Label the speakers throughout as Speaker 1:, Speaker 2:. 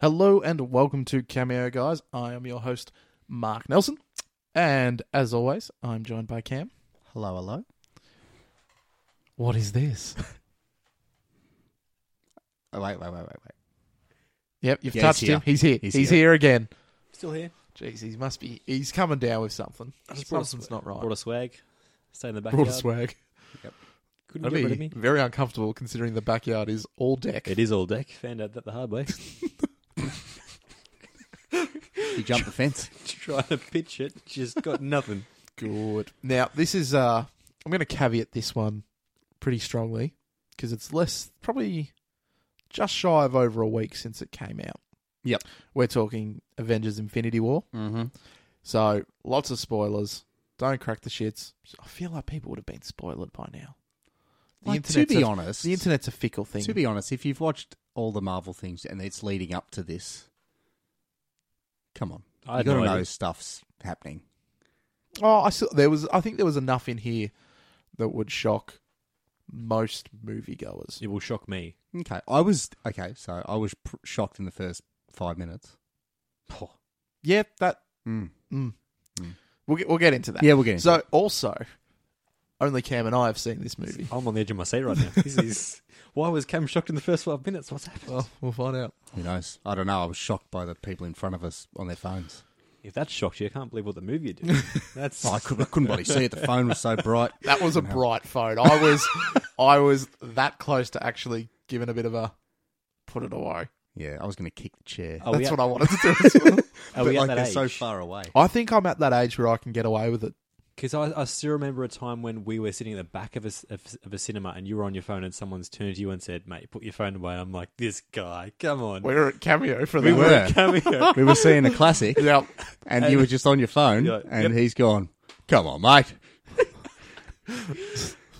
Speaker 1: Hello and welcome to Cameo, guys. I am your host, Mark Nelson. And as always, I'm joined by Cam.
Speaker 2: Hello, hello.
Speaker 1: What is this?
Speaker 2: Oh, wait, wait, wait, wait, wait.
Speaker 1: Yep, you've
Speaker 2: Yeah, he's
Speaker 1: touched
Speaker 2: here.
Speaker 1: him. He's here. He's,
Speaker 2: He's
Speaker 1: here.
Speaker 2: here.
Speaker 1: again.
Speaker 2: Still here.
Speaker 1: Jeez, he must be. He's coming down with something. Something's not right.
Speaker 3: Brought a swag. Stay in the backyard.
Speaker 1: Brought a swag.
Speaker 3: Couldn't
Speaker 1: That'd
Speaker 3: get rid of
Speaker 1: be
Speaker 3: me.
Speaker 1: very uncomfortable considering the backyard is all deck.
Speaker 3: It is all deck. Found out that the hard way.
Speaker 2: You jumped the fence.
Speaker 3: Trying to pitch it, just got nothing.
Speaker 1: Good. Now, this is. uh I'm going to caveat this one pretty strongly because it's less, probably just shy of over a week since it came out.
Speaker 2: Yep.
Speaker 1: We're talking Avengers Infinity War.
Speaker 2: Mm-hmm.
Speaker 1: So, lots of spoilers. Don't crack the shits. I feel like people would have been spoiled by now. The
Speaker 2: Like, to
Speaker 1: internet's
Speaker 2: be
Speaker 1: a-
Speaker 2: honest,
Speaker 1: The internet's a fickle thing.
Speaker 2: to be honest, if you've watched all the Marvel things and it's leading up to this, come on,
Speaker 3: I
Speaker 2: you
Speaker 3: had
Speaker 2: got to
Speaker 3: no
Speaker 2: know
Speaker 3: idea.
Speaker 2: stuff's happening.
Speaker 1: oh, I saw, there was. I think there was enough in here that would shock most moviegoers.
Speaker 3: It will shock me.
Speaker 2: Okay, I was okay. So I was pr- shocked in the first five minutes.
Speaker 3: Oh,
Speaker 1: Yeah, that
Speaker 2: Mm.
Speaker 1: we'll get, we'll get into that.
Speaker 2: Yeah, we'll get into
Speaker 1: Mm. so also, only Cam and I have seen this movie.
Speaker 3: I'm on the edge of my seat right now. This is why was Cam shocked in the first five minutes? What's happened?
Speaker 1: Well, Oh, we'll find out.
Speaker 2: Who knows? I don't know. I was shocked by the people in front of us on their phones.
Speaker 3: if that shocked you, I can't believe what the movie did. That's
Speaker 2: I, could, I couldn't bloody see it. The phone was so bright.
Speaker 1: That was a bright phone. I was, I was that close to actually giving a bit of a put it away.
Speaker 2: Yeah, I was going to kick the chair.
Speaker 3: Are we
Speaker 1: That's
Speaker 3: at-
Speaker 1: what I wanted to do as well.
Speaker 2: but
Speaker 3: Are we at
Speaker 2: like
Speaker 3: that
Speaker 2: they're
Speaker 3: age?
Speaker 2: so far away.
Speaker 1: I think I'm at that age where I can get away with it.
Speaker 3: Because I, I still remember a time when we were sitting in the back of a, s- of, of a cinema and you were on your phone and someone's turned to you and said, "Mate, put your phone away." I'm like, "This guy, come on."
Speaker 1: We're at cameo for
Speaker 2: We
Speaker 1: that.
Speaker 2: were.
Speaker 3: Cameo.
Speaker 2: We were seeing a classic.
Speaker 1: Yeah.
Speaker 2: and you were just on your phone,
Speaker 3: Yeah,
Speaker 2: and he's gone. Come on, mate.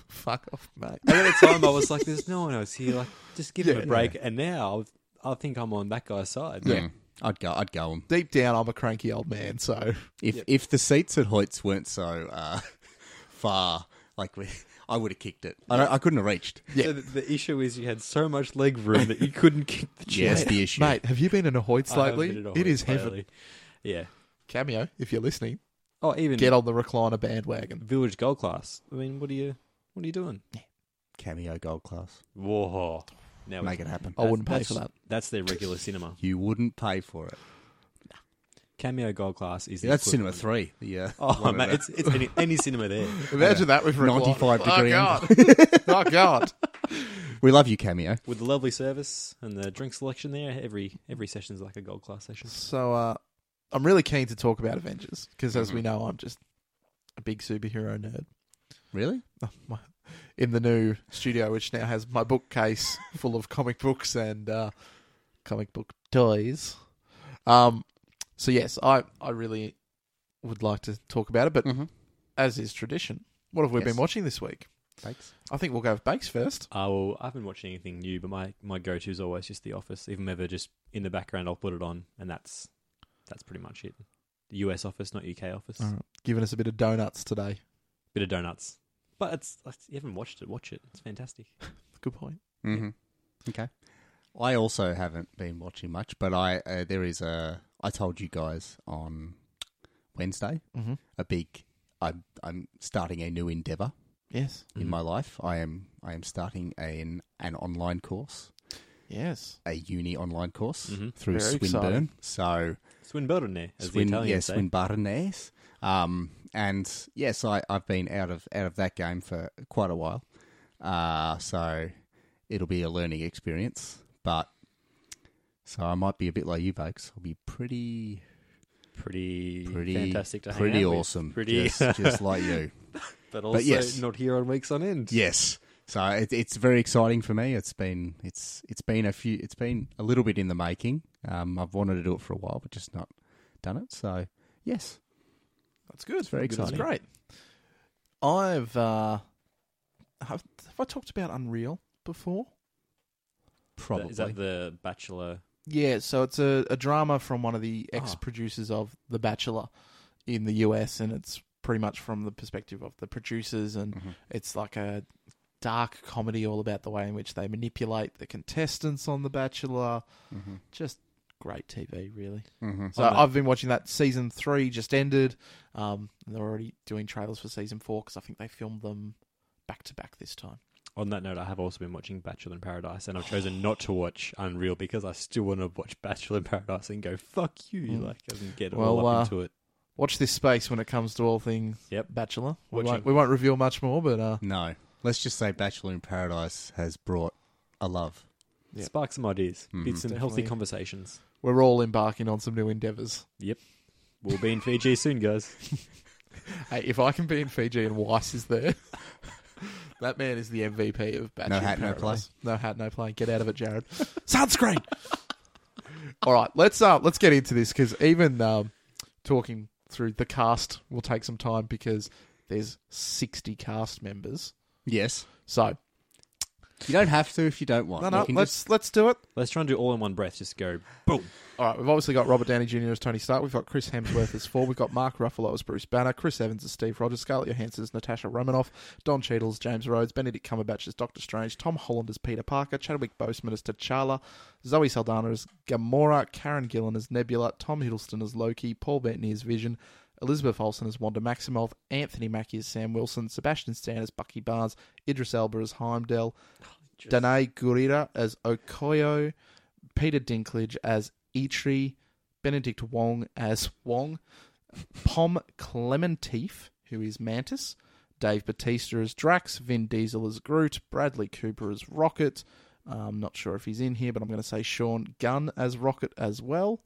Speaker 1: Fuck off, mate.
Speaker 3: And at the time, I was like, "There's no one else here. Like, just give him
Speaker 1: Yeah.
Speaker 3: a break." And now, I think I'm on that guy's side.
Speaker 2: Mm. I'd go. I'd go 'em.
Speaker 1: Deep down, I'm a cranky old man, so
Speaker 2: If if the seats at Hoyts weren't so uh, far, like we, I would have kicked it. I, don't, I couldn't have reached.
Speaker 1: Yeah.
Speaker 3: So the, the issue is you had so much leg room that you couldn't kick the chair.
Speaker 2: Yes, the issue.
Speaker 1: mate. Have you been in a Hoyts
Speaker 3: I have
Speaker 1: lately?
Speaker 3: been at a
Speaker 1: It is
Speaker 3: Hoyt's
Speaker 1: heaven.
Speaker 3: lately. Yeah.
Speaker 1: Cameo, if you're listening,
Speaker 3: Oh, even
Speaker 1: get on the recliner bandwagon.
Speaker 3: village gold class. I mean, what are you? What are you doing?
Speaker 2: Cameo gold class.
Speaker 3: Whoa. Now
Speaker 2: Make it happen.
Speaker 3: Oh.
Speaker 1: I wouldn't pay
Speaker 3: that's-
Speaker 1: for that.
Speaker 3: That's their regular cinema.
Speaker 2: You wouldn't pay for it.
Speaker 3: Cameo gold class is the
Speaker 2: That's Cinema
Speaker 3: equivalent.
Speaker 2: Three. Yeah.
Speaker 3: Oh, mate, it's, it's any, any cinema there.
Speaker 1: Imagine that with recliner.
Speaker 2: 95 degree
Speaker 1: Oh god! oh god!
Speaker 2: we love you, Cameo.
Speaker 3: With the lovely service and the drink selection there, every every session's like a gold class session.
Speaker 1: So uh, I'm really keen to talk about Avengers because, as we know, I'm just a big superhero nerd.
Speaker 2: Really?
Speaker 1: My- In the new studio, which now has my bookcase full of comic books and uh, comic book toys. Um, so yes, I I really would like to talk about it, but
Speaker 2: Mm-hmm.
Speaker 1: as is tradition, what have we
Speaker 2: Yes.
Speaker 1: been watching this week?
Speaker 2: Thanks.
Speaker 1: I think we'll go with Bakes first.
Speaker 3: I will. I haven't watched anything new, but my, my go to is always just The Office. If I'm ever just in the background, I'll put it on, and that's that's pretty much it. The US Office, not UK Office.
Speaker 1: All right. Giving us a bit of donuts today.
Speaker 3: Bit of donuts, but it's, it's you haven't watched it. Watch it. It's fantastic.
Speaker 1: Good point.
Speaker 2: Mm-hmm. Okay. I also haven't been watching much, but I uh, there is a. I told you guys on Wednesday
Speaker 1: Mm-hmm.
Speaker 2: a big. I'm I'm starting a new endeavor
Speaker 1: Yes.
Speaker 2: in
Speaker 3: Mhm.
Speaker 2: my life. I am I am starting an an online course,
Speaker 1: Yes.
Speaker 2: a uni online course
Speaker 3: Mhm.
Speaker 2: through
Speaker 1: Very
Speaker 2: Swinburne. So
Speaker 3: Swinburne there, as the
Speaker 2: Swin,
Speaker 3: Italians
Speaker 2: yeah,
Speaker 3: say.
Speaker 2: Swinburnes. Um, and yes, I I've been out of out of that game for quite a while. Uh, so it'll be a learning experience, but. So I might be a bit like you, Bakes. I'll be pretty,
Speaker 3: pretty,
Speaker 2: pretty,
Speaker 3: fantastic to hang
Speaker 2: pretty
Speaker 3: out with.
Speaker 2: awesome,
Speaker 3: Pretty,
Speaker 2: just, just like you.
Speaker 3: but also
Speaker 2: yes.
Speaker 3: not here on weeks on end.
Speaker 2: Yes. So it, it's very exciting for me. It's been it's it's been a few it's been a little bit in the making. Um, I've wanted to do it for a while, but just not done it. So yes,
Speaker 1: That's good.
Speaker 2: It's very exciting.
Speaker 1: That's great. I've uh, have, have I talked about Unreal before?
Speaker 2: probably
Speaker 3: Is that the Bachelor?
Speaker 1: Yeah, so it's a, a drama from one of the
Speaker 3: Ah.
Speaker 1: ex producers of The Bachelor in the US, and it's pretty much from the perspective of the producers, and
Speaker 2: Mhm.
Speaker 1: it's like a dark comedy all about the way in which they manipulate the contestants on The Bachelor.
Speaker 2: Mhm.
Speaker 1: Just great TV, really.
Speaker 2: Mm-hmm.
Speaker 1: So
Speaker 3: I'm a-
Speaker 1: I've been watching that. Season three just ended. Um, and they're already doing trailers for season four because I think they filmed them back to back this time.
Speaker 3: On that note, I have also been watching Bachelor in Paradise, and I've chosen not to watch Unreal because I still want to watch Bachelor in Paradise and go fuck you,
Speaker 1: Mm.
Speaker 3: like and get all
Speaker 1: Well,
Speaker 3: up
Speaker 1: uh,
Speaker 3: into it.
Speaker 1: Watch this space when it comes to all things
Speaker 3: Yep.
Speaker 1: Bachelor. We
Speaker 3: Watching.
Speaker 1: won't, we won't reveal much more, but uh,
Speaker 2: No, let's just say Bachelor in Paradise has brought a love.
Speaker 1: Yep.
Speaker 3: Spark some ideas,
Speaker 2: Mhm.
Speaker 3: bits and healthy
Speaker 1: Definitely.
Speaker 3: conversations.
Speaker 1: we're all embarking on some new endeavours.
Speaker 3: We'll be in Fiji soon, guys.
Speaker 1: Hey, if I can be in Fiji and Weiss is there, that man is the MVP of Bachelor. in
Speaker 2: hat, no
Speaker 1: Paradise. No hat, no play. Get out of it, Jared. Sunscreen. All right, let's uh, let's get into this because even um, talking through the cast will take some time because there's 60 cast members.
Speaker 2: Yes,
Speaker 1: So
Speaker 2: you don't have to if you don't want.
Speaker 1: no,
Speaker 2: You
Speaker 1: no,
Speaker 2: can
Speaker 1: let's
Speaker 2: just-
Speaker 1: let's do it.
Speaker 3: Let's try and do all in one breath. Just go boom.
Speaker 1: All right, we've obviously got Robert Downey Jr. as Tony Stark. We've got Chris Hemsworth as Thor. We've got Mark Ruffalo as Bruce Banner. Chris Evans as Steve Rogers. Scarlett Johansson as Natasha Romanoff. Don Cheadle as James Rhodes. Benedict Cumberbatch as Doctor Strange. Tom Holland as Peter Parker. Chadwick Boseman as T'Challa. Zoe Saldana as Gamora. Karen Gillan as Nebula. Tom Hiddleston as Loki. Paul Bettany as Vision. Elizabeth Olsen as Wanda Maximoff. Anthony Mackie as Sam Wilson. Sebastian Stan as Bucky Barnes. Idris Elba as Heimdall. Danae Gurira as Okoyo. Peter Dinklage as Itri, Benedict Wong as Wong, Pom Clementif, who is Mantis, Dave Batista as Drax, Vin Diesel as Groot, Bradley Cooper as Rocket. Uh, I'm not sure if he's in here, but I'm going to say Sean Gunn as Rocket as well.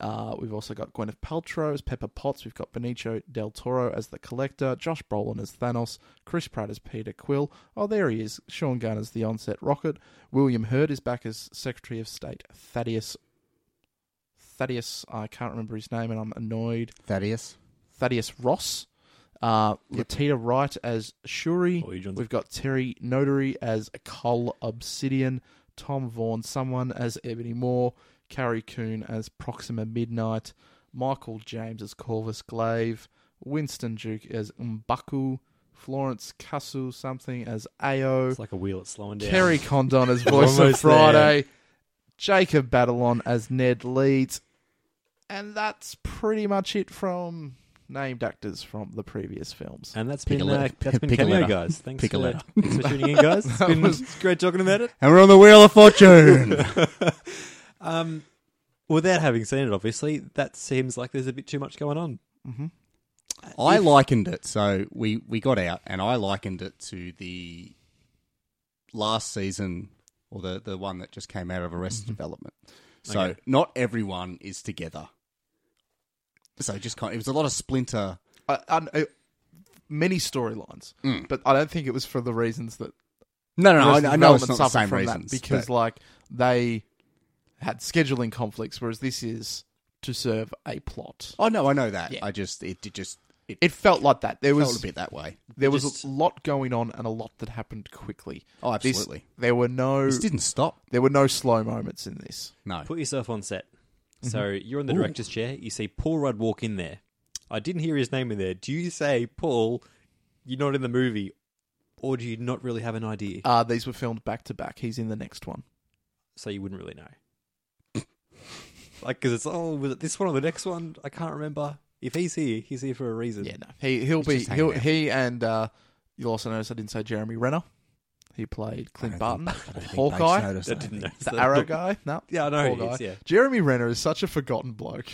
Speaker 1: Uh, we've also got Gwyneth Paltrow as Pepper Potts. We've got Benicio del Toro as the Collector, Josh Brolin as Thanos, Chris Pratt as Peter Quill. Oh, there he is. Sean Gunn as the onset rocket. William Hurd is back as Secretary of State. Thaddeus. Thaddeus, I can't remember his name, and I'm annoyed.
Speaker 2: Thaddeus.
Speaker 1: Thaddeus Ross. Uh,
Speaker 2: Yep.
Speaker 1: Letitia Wright as Shuri.
Speaker 3: Oh, you joined the-
Speaker 1: We've got Terry Notary as Cole Obsidian, Tom Vaughan, someone as Ebony Moore, Carrie Coon as Proxima Midnight, Michael James as Corvus Glaive, Winston Duke as Mbaku, Florence Castle something as Ao,
Speaker 3: It's like a wheel. It's slowing down.
Speaker 1: Kerry Condon as Voice of
Speaker 3: Almost
Speaker 1: Friday, Jacob Batalon as Ned Leeds, and that's pretty much it from named actors from the previous films.
Speaker 3: And that's
Speaker 2: Pick a
Speaker 3: been uh,
Speaker 2: letter.
Speaker 3: that's been
Speaker 2: Pick a
Speaker 3: cameo,
Speaker 2: letter.
Speaker 3: guys. Thanks
Speaker 2: Pick a
Speaker 3: for,
Speaker 2: letter.
Speaker 3: thanks for tuning in, guys. It's been
Speaker 1: was-
Speaker 3: it's great talking about it.
Speaker 2: And we're on the Wheel of Fortune.
Speaker 3: um, without having seen it, obviously, that seems like there's a bit too much going on.
Speaker 2: Mm-hmm.
Speaker 1: hmm
Speaker 2: I likened it. So we, we got out, and I likened it to the last season or the, the one that just came out of Arrested Development. So
Speaker 3: Okay.
Speaker 2: not everyone is together. So just kind of, it was a lot of splinter.
Speaker 1: I, I, I- many storylines,
Speaker 2: Mm.
Speaker 1: but I don't think it was for the reasons that
Speaker 2: No, no, no.
Speaker 1: Resident
Speaker 2: I, I know it's
Speaker 1: Development
Speaker 2: not the
Speaker 1: suffered
Speaker 2: same
Speaker 1: from that
Speaker 2: reasons
Speaker 1: because
Speaker 2: but-
Speaker 1: like they had scheduling conflicts, whereas this is to serve a plot.
Speaker 2: oh no, I know that.
Speaker 1: Yeah.
Speaker 2: I just it, it just it,
Speaker 1: It felt like that. There
Speaker 2: felt
Speaker 1: was Oh,
Speaker 2: a bit that way.
Speaker 1: there was
Speaker 3: Just-
Speaker 1: a lot going on and a lot that happened quickly.
Speaker 2: Oh,
Speaker 1: This-
Speaker 2: absolutely.
Speaker 1: there were no
Speaker 2: this didn't stop.
Speaker 1: there were no slow moments in this.
Speaker 2: No.
Speaker 3: Put yourself on set. So you're in the
Speaker 2: Mm-hmm. Ooh.
Speaker 3: director's chair. You see Paul Rudd walk in there. I didn't hear his name in there. Do you say Paul? You're not in the movie, or do you not really have an idea?
Speaker 1: Uh, these were filmed back to back. He's in the next one.
Speaker 3: so you wouldn't really know. like, because it's oh, was it this one or the next one? I can't remember. If he's here, he's here for a reason.
Speaker 1: Yeah, no, he he'll
Speaker 2: He's
Speaker 1: be
Speaker 2: just hanging
Speaker 1: he'll,
Speaker 2: out.
Speaker 1: he and uh, you'll also notice I didn't say Jeremy Renner. He played Clint Barton, Hawkeye.
Speaker 3: I didn't know.
Speaker 1: the Arrow guy. No,
Speaker 3: Yeah, I
Speaker 1: Poor
Speaker 3: know. He is,
Speaker 1: guy.
Speaker 3: yeah.
Speaker 1: Jeremy Renner is such a forgotten bloke,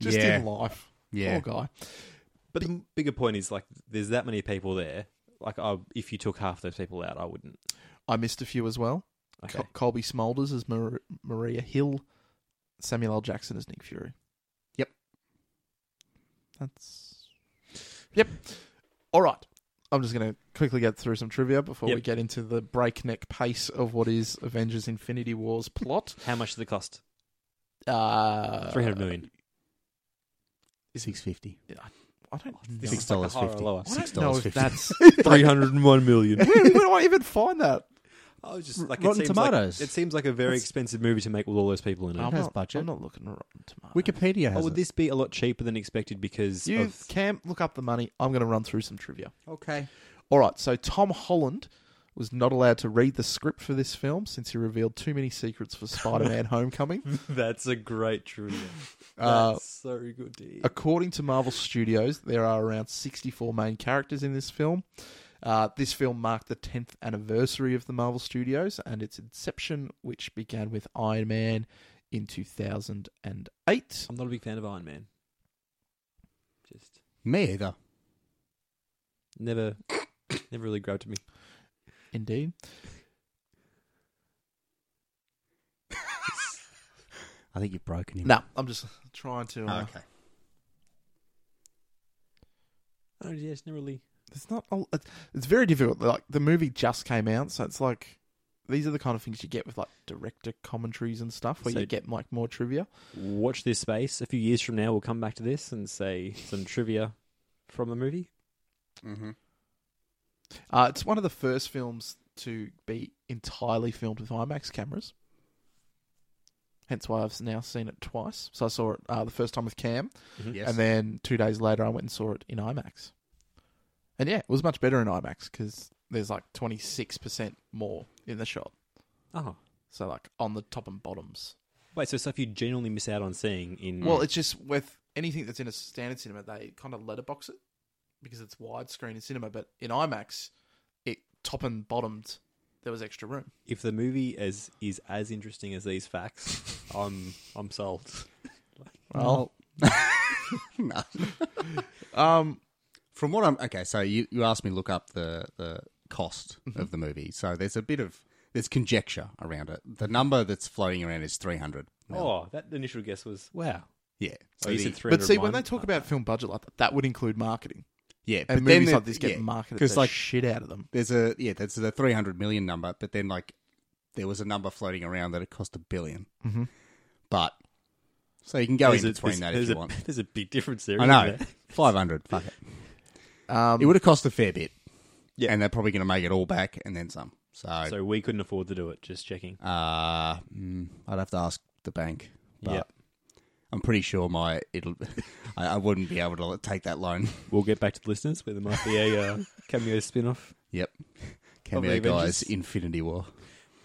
Speaker 1: just
Speaker 2: Yeah.
Speaker 1: in life.
Speaker 2: Yeah.
Speaker 1: Poor guy.
Speaker 3: But the bigger point is like, there's that many people there. Like, I, if you took half those people out, I wouldn't.
Speaker 1: I missed a few as well.
Speaker 3: Okay.
Speaker 1: Col- Colby Smulders as Mar- Maria Hill. Samuel L. Jackson as Nick Fury.
Speaker 2: Yep.
Speaker 1: That's. Yep. All right. I'm just going to quickly get through some trivia before we
Speaker 3: Yep.
Speaker 1: get into the breakneck pace of what is Avengers Infinity War's plot.
Speaker 3: How much did it cost?
Speaker 1: Uh,
Speaker 3: Three hundred million.
Speaker 2: Six fifty.
Speaker 1: I don't know.
Speaker 2: Six dollars
Speaker 3: Like a
Speaker 2: fifty.
Speaker 3: horror lower.
Speaker 1: I
Speaker 2: Six
Speaker 1: don't know
Speaker 2: dollars
Speaker 1: if
Speaker 2: fifty.
Speaker 1: that's.
Speaker 3: Three hundred and one million.
Speaker 1: where, where do I even find that?
Speaker 3: I was just like, it
Speaker 2: Rotten
Speaker 3: seems
Speaker 2: Tomatoes.
Speaker 3: Like, it seems like a very
Speaker 2: That's-
Speaker 3: expensive movie to make with all those people in it.
Speaker 1: I'm
Speaker 2: has
Speaker 1: not,
Speaker 2: budget.
Speaker 1: I'm not looking at Rotten Tomatoes.
Speaker 2: Wikipedia
Speaker 3: oh,
Speaker 2: has
Speaker 3: would this be a lot cheaper than expected because
Speaker 1: You
Speaker 3: of
Speaker 1: Cam, look up the money. I'm going to run through some trivia.
Speaker 2: Okay.
Speaker 1: All right, so Tom Holland was not allowed to read the script for this film since he revealed too many secrets for Spider-Man: Homecoming.
Speaker 3: That's a great trivia.
Speaker 1: Uh,
Speaker 3: That's so good to hear.
Speaker 1: According to Marvel Studios, there are around 64 main characters in this film. Uh, this film marked the 10th anniversary of the Marvel Studios and its inception, which began with Iron Man in 2008.
Speaker 3: I'm not a big fan of Iron Man. Just
Speaker 2: Me either.
Speaker 3: never, never really grabbed me.
Speaker 1: Indeed.
Speaker 2: I think you've broken him.
Speaker 1: No, I'm just trying to. Uh,
Speaker 2: Okay.
Speaker 3: Oh yeah, it's never really.
Speaker 1: It's not. a- it's- It's very difficult. Like the movie just came out, so it's like these are the kind of things you get with like director commentaries and stuff, where
Speaker 3: So-
Speaker 1: you get like more trivia.
Speaker 3: Watch this space. A few years from now, we'll come back to this and say some trivia from the movie.
Speaker 2: Mm-hmm.
Speaker 1: Uh, it's one of the first films to be entirely filmed with IMAX cameras. Hence why I've now seen it twice. So I saw it uh, the first time with Cam,
Speaker 2: Yes.
Speaker 1: Mm-hmm. and then two days later I went and saw it in IMAX. And yeah, it was much better in IMAX because there's like 26% more in the shot.
Speaker 3: Oh
Speaker 1: So like on the top and bottoms.
Speaker 3: wait, so stuff you genuinely miss out on seeing in
Speaker 1: Well, it's just with anything that's in a standard cinema, they kind of letterbox it because it's widescreen in cinema. But in IMAX, it top and bottomed. There was extra room.
Speaker 3: if the movie is is as interesting as these facts, I'm I'm sold.
Speaker 1: Well,
Speaker 2: no.
Speaker 1: um,
Speaker 2: From what I'm okay, so you, you asked me to look up the the cost
Speaker 1: Mm-hmm.
Speaker 2: of the movie. So there's a bit of there's conjecture around it. The number that's floating around is 300. mil.
Speaker 3: Oh, that initial guess was wow.
Speaker 2: yeah.
Speaker 3: Oh, you
Speaker 2: the-
Speaker 3: said three.
Speaker 1: but see, when they talk about film budget like that, that would include marketing.
Speaker 2: yeah,
Speaker 1: And
Speaker 2: but
Speaker 1: movies
Speaker 2: then
Speaker 1: like this get
Speaker 2: yeah,
Speaker 1: marketed
Speaker 2: 'cause,
Speaker 1: the
Speaker 2: like
Speaker 1: shit out of them.
Speaker 2: there's a yeah, that's the 300 million number, but then like there was a number floating around that it cost a 1000000000
Speaker 1: Mhm.
Speaker 2: But so you can go
Speaker 3: Oh. there's
Speaker 2: in
Speaker 3: a,
Speaker 2: between
Speaker 3: there's,
Speaker 2: that
Speaker 3: there's
Speaker 2: if you
Speaker 3: a,
Speaker 2: want.
Speaker 3: There's a big difference there.
Speaker 2: I
Speaker 3: isn't
Speaker 2: know.
Speaker 3: there?
Speaker 2: 500. Fuck it.
Speaker 1: Um,
Speaker 2: It would have cost a fair bit.
Speaker 3: Yeah.
Speaker 2: And they're probably going to make it all back and then some. So,
Speaker 3: So we couldn't afford to do it. Just checking.
Speaker 2: uh, mm, I'd have to ask the bank. But
Speaker 3: Yep.
Speaker 2: I'm pretty sure my it'll I, I wouldn't be able to let- take that loan.
Speaker 3: We'll get back to the listeners where there might be a uh, cameo spin off.
Speaker 2: Yep.
Speaker 3: Probably
Speaker 2: Cameo guys,
Speaker 3: Avengers.
Speaker 2: Infinity War.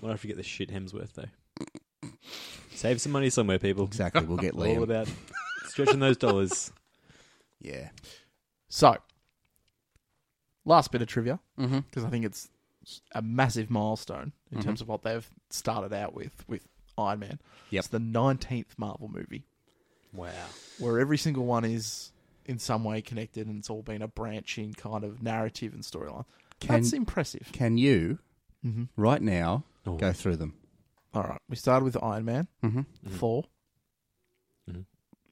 Speaker 3: Might have to get the shit Hemsworth though. Save some money somewhere, people.
Speaker 2: Exactly. We'll get
Speaker 3: It's All
Speaker 2: Liam.
Speaker 3: about stretching those dollars.
Speaker 2: Yeah.
Speaker 1: so, last bit of trivia
Speaker 2: Mm-hmm.
Speaker 1: because I think it's a massive milestone in terms of what they've started out with with Iron Man.
Speaker 2: Yep.
Speaker 1: It's the nineteenth Marvel movie
Speaker 3: Wow.
Speaker 1: where every single one is in some way connected, and it's all been a branching kind of narrative and storyline.
Speaker 2: Can-
Speaker 1: That's impressive.
Speaker 2: Can you
Speaker 1: Mm-hmm.
Speaker 2: right now
Speaker 3: Oh.
Speaker 2: go through them?
Speaker 1: All right, we started with Iron Man.
Speaker 2: Mm-hmm.
Speaker 1: Thor,
Speaker 3: Mhm.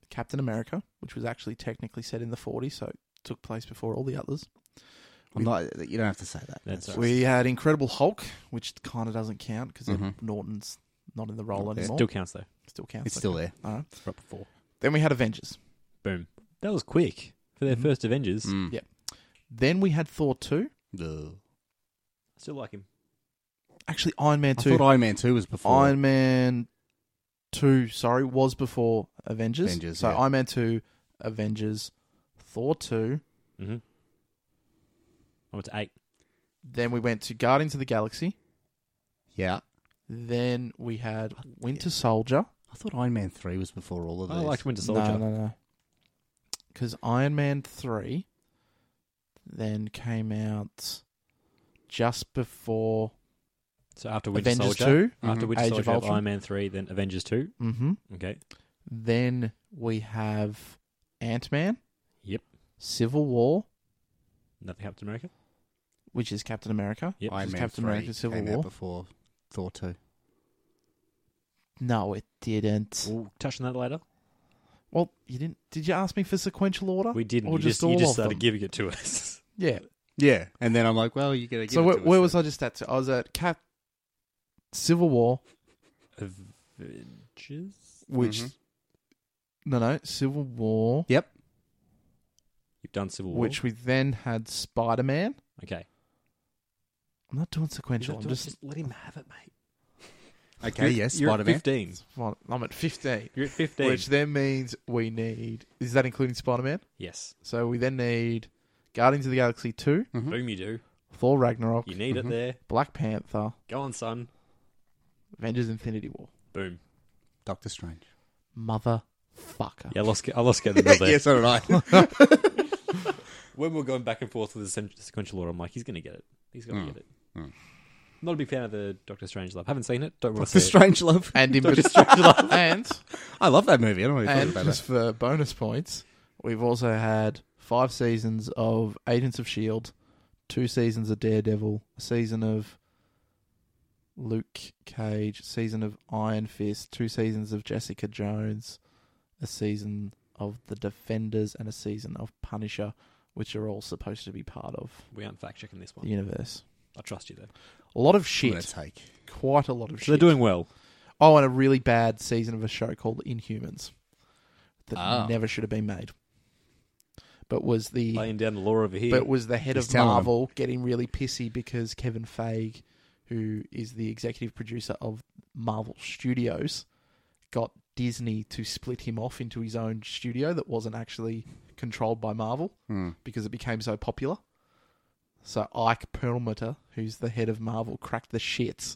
Speaker 1: Captain America, which was actually technically set in the 40s, so it took place before all the others.
Speaker 2: I'm not. You don't have to say that.
Speaker 3: That's all right.
Speaker 1: We had Incredible Hulk, which kind of doesn't count because
Speaker 2: Mhm.
Speaker 1: Norton's not in the role
Speaker 2: Not there.
Speaker 1: anymore.
Speaker 3: Still counts though.
Speaker 1: Still counts.
Speaker 2: It's still there.
Speaker 1: All right.
Speaker 2: From before.
Speaker 1: Then we had Avengers.
Speaker 3: Boom. That was quick for their
Speaker 1: Mhm.
Speaker 3: first Avengers.
Speaker 2: Mm.
Speaker 1: Yeah. Then we had Thor 2.
Speaker 2: Ugh.
Speaker 3: I still like him.
Speaker 1: Actually, Iron Man
Speaker 2: I
Speaker 1: 2.
Speaker 2: thought Iron Man Two was before.
Speaker 1: Iron Man 2, sorry, was before Avengers.
Speaker 2: Avengers,
Speaker 1: so
Speaker 2: yeah.
Speaker 1: Iron Man 2, Avengers, Thor 2.
Speaker 3: Mm-hmm. I went to eight.
Speaker 1: Then we went to Guardians of the Galaxy.
Speaker 2: Yeah.
Speaker 1: Then we had Winter Soldier.
Speaker 2: I thought Iron Man Three was before all of these.
Speaker 3: I liked Winter
Speaker 1: No,
Speaker 3: Soldier.
Speaker 1: no, no. Because Iron Man 3 then came out just before
Speaker 3: So after Winter
Speaker 1: Avengers
Speaker 3: Soldier, Mm-hmm.
Speaker 1: 2.
Speaker 3: after
Speaker 2: Mhm.
Speaker 3: Winter
Speaker 1: Age of
Speaker 3: Soldier,
Speaker 1: Ultron.
Speaker 3: Iron Man three, then Avengers two.
Speaker 1: Mm-hmm.
Speaker 3: Okay,
Speaker 1: Then we have Ant Man.
Speaker 3: Yep.
Speaker 1: Civil War,
Speaker 3: nothing Captain America.
Speaker 1: which is Captain America.
Speaker 3: Yep.
Speaker 2: Iron
Speaker 1: Just
Speaker 2: Man
Speaker 1: Captain
Speaker 2: 3
Speaker 1: America Civil
Speaker 2: came out
Speaker 1: War.
Speaker 2: before Thor Two.
Speaker 1: No, it didn't.
Speaker 3: We'll touch on that later.
Speaker 1: Well, you didn't. Did you ask me for sequential order?
Speaker 3: We didn't.
Speaker 1: Or
Speaker 3: you
Speaker 1: just
Speaker 3: just,
Speaker 1: all
Speaker 3: you just
Speaker 1: of
Speaker 3: started
Speaker 1: them.
Speaker 3: giving it to us.
Speaker 1: Yeah.
Speaker 2: Yeah, and then I'm like, well, you get to.
Speaker 1: so where, where was I just at? I was at Cap Civil War,
Speaker 3: Avengers.
Speaker 1: which
Speaker 2: Mhm.
Speaker 1: no, no, Civil War,
Speaker 2: Yep.
Speaker 3: You've done Civil War.
Speaker 1: which we then had Spider Man.
Speaker 3: okay.
Speaker 1: I'm not doing sequential. I'm just
Speaker 3: let him have it, mate.
Speaker 2: Okay, yes,
Speaker 3: you're
Speaker 2: Spider Man.
Speaker 3: At Fifteen.
Speaker 1: well, I'm at 15,
Speaker 3: You're at fifteen.
Speaker 1: which then means we need. Is that including Spider Man?
Speaker 3: yes.
Speaker 2: Mm-hmm.
Speaker 1: So we then need Guardians of the Galaxy 2,
Speaker 3: Boom, you do.
Speaker 1: Thor Ragnarok,
Speaker 3: You need it there.
Speaker 1: Black Panther,
Speaker 3: Go on, son.
Speaker 1: Avengers Infinity War.
Speaker 3: Boom.
Speaker 2: Doctor Strange.
Speaker 1: Motherfucker.
Speaker 3: Yeah, I lost. I lost. Get the middle there.
Speaker 2: so did I.
Speaker 3: When we're going back and forth with the sen- sequential order, I'm like, he's going to get it. He's going to
Speaker 2: Mm.
Speaker 3: get it.
Speaker 2: Mm.
Speaker 3: Not a big fan of the Doctor Strange love. Haven't seen it. Don't want to
Speaker 2: Doctor
Speaker 3: say it.
Speaker 2: Strange Love.
Speaker 1: And in
Speaker 3: Doctor
Speaker 1: bet-
Speaker 3: Strangelove.
Speaker 1: and
Speaker 2: I love that movie. I don't know what you're
Speaker 1: and
Speaker 2: talking
Speaker 1: just for
Speaker 2: about.
Speaker 1: bonus points, we've also had five seasons of Agents of Shield, E two seasons of Daredevil, a season of Luke Cage, season of Iron Fist, two seasons of Jessica Jones, a season of The Defenders, and a season of Punisher, which are all supposed to be part of
Speaker 3: We aren't fact checking this
Speaker 1: the
Speaker 3: one.
Speaker 1: universe.
Speaker 3: I trust you though.
Speaker 1: A lot of
Speaker 2: I'm gonna
Speaker 1: shit,
Speaker 2: take.
Speaker 1: quite a lot of shit.
Speaker 3: So they're doing well.
Speaker 1: Oh, and a really bad season of a show called Inhumans that
Speaker 2: Oh.
Speaker 1: never should have been made, but was the
Speaker 3: Laying down the law over here.
Speaker 1: but was the head
Speaker 2: He's
Speaker 1: of
Speaker 2: telling 'em.
Speaker 1: Marvel getting really pissy because Kevin Feige, who is the executive producer of Marvel Studios, got Disney to split him off into his own studio that wasn't actually controlled by Marvel
Speaker 2: Hmm.
Speaker 1: because it became so popular. So Ike Perlmutter, who's the head of Marvel, cracked the shits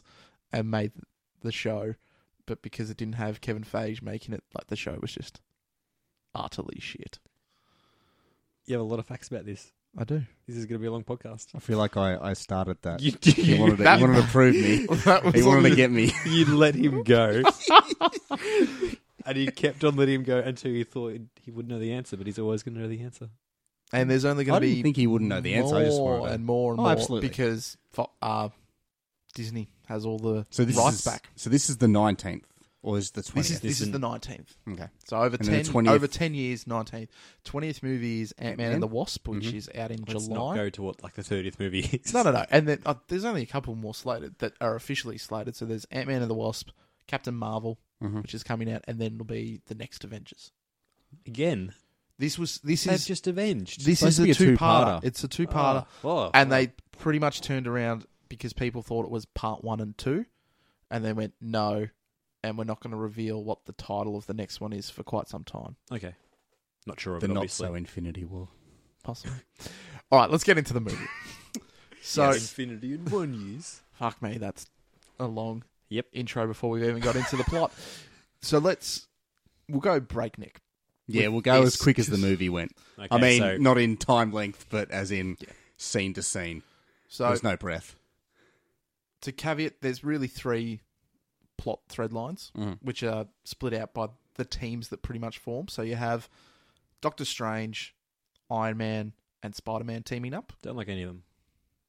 Speaker 1: and made the show, but because it didn't have Kevin Feige making it, like the show was just utterly shit.
Speaker 3: you have a lot of facts about this.
Speaker 1: I do.
Speaker 3: This is going to be a long podcast.
Speaker 2: I feel like I, I started that.
Speaker 3: You,
Speaker 2: he
Speaker 3: you,
Speaker 2: Uh, wanted to,
Speaker 1: that-
Speaker 2: he wanted to prove me.
Speaker 1: that
Speaker 2: He wanted to get me.
Speaker 3: you let him go. and you kept on letting him go until you thought he would know the answer, but he's always going to know the answer.
Speaker 1: and there's only going
Speaker 2: I
Speaker 1: to
Speaker 2: didn't
Speaker 1: be
Speaker 2: think he wouldn't know the answer. I just
Speaker 1: more
Speaker 2: wanted to.
Speaker 1: and more and
Speaker 2: Oh,
Speaker 1: more
Speaker 2: absolutely.
Speaker 1: because fo- uh, Disney has all the
Speaker 2: So this
Speaker 1: rights
Speaker 2: is
Speaker 1: back.
Speaker 2: so this is the nineteenth or is it the
Speaker 1: This
Speaker 2: twentieth?
Speaker 1: is this is the nineteenth.
Speaker 2: okay.
Speaker 1: So over
Speaker 2: And then the
Speaker 1: ten
Speaker 2: 20th.
Speaker 1: over ten years, nineteenth. Twentieth movie is Ant Man
Speaker 2: Ant-Man?
Speaker 1: and the Wasp, which
Speaker 2: Mhm.
Speaker 1: is out in
Speaker 3: Let's
Speaker 1: July.
Speaker 3: not go to what like the thirtieth movie is.
Speaker 1: No, no, no. And then uh, there's only a couple more slated that are officially slated. So there's Ant Man and the Wasp, Captain Marvel,
Speaker 2: Mhm.
Speaker 1: which is coming out, and then it'll be the next Avengers.
Speaker 3: Again,
Speaker 1: This was this
Speaker 3: they've
Speaker 1: is
Speaker 3: just avenged.
Speaker 1: this
Speaker 2: supposed
Speaker 1: is
Speaker 2: to
Speaker 1: a
Speaker 2: be a
Speaker 1: two
Speaker 2: two-parter.
Speaker 1: parter. It's a two parter,
Speaker 3: Oh, oh,
Speaker 1: and
Speaker 3: oh.
Speaker 1: they pretty much turned around because people thought it was part one and two, and they went no, and we're not going to reveal what the title of the next one is for quite some time.
Speaker 3: okay. Not sure of
Speaker 2: The
Speaker 3: it,
Speaker 2: not
Speaker 3: obviously.
Speaker 2: so Infinity War.
Speaker 1: Possibly. All right, let's get into the movie. So
Speaker 3: Infinity in one years.
Speaker 1: fuck me, that's a long
Speaker 3: Yep.
Speaker 1: intro before we've even got into the plot. So let's we'll go breakneck.
Speaker 2: Yeah,
Speaker 1: With
Speaker 2: we'll go
Speaker 1: this.
Speaker 2: as quick as the movie went.
Speaker 3: Okay,
Speaker 2: I mean,
Speaker 3: so
Speaker 2: not in time length, but as in
Speaker 1: Yeah.
Speaker 2: scene to scene.
Speaker 1: So
Speaker 2: There's no breath.
Speaker 1: to caveat, there's really three plot thread lines
Speaker 2: Mm-hmm.
Speaker 1: which are split out by the teams that pretty much form. So you have Doctor Strange, Iron Man, and Spider Man teaming up,
Speaker 3: don't like any of them.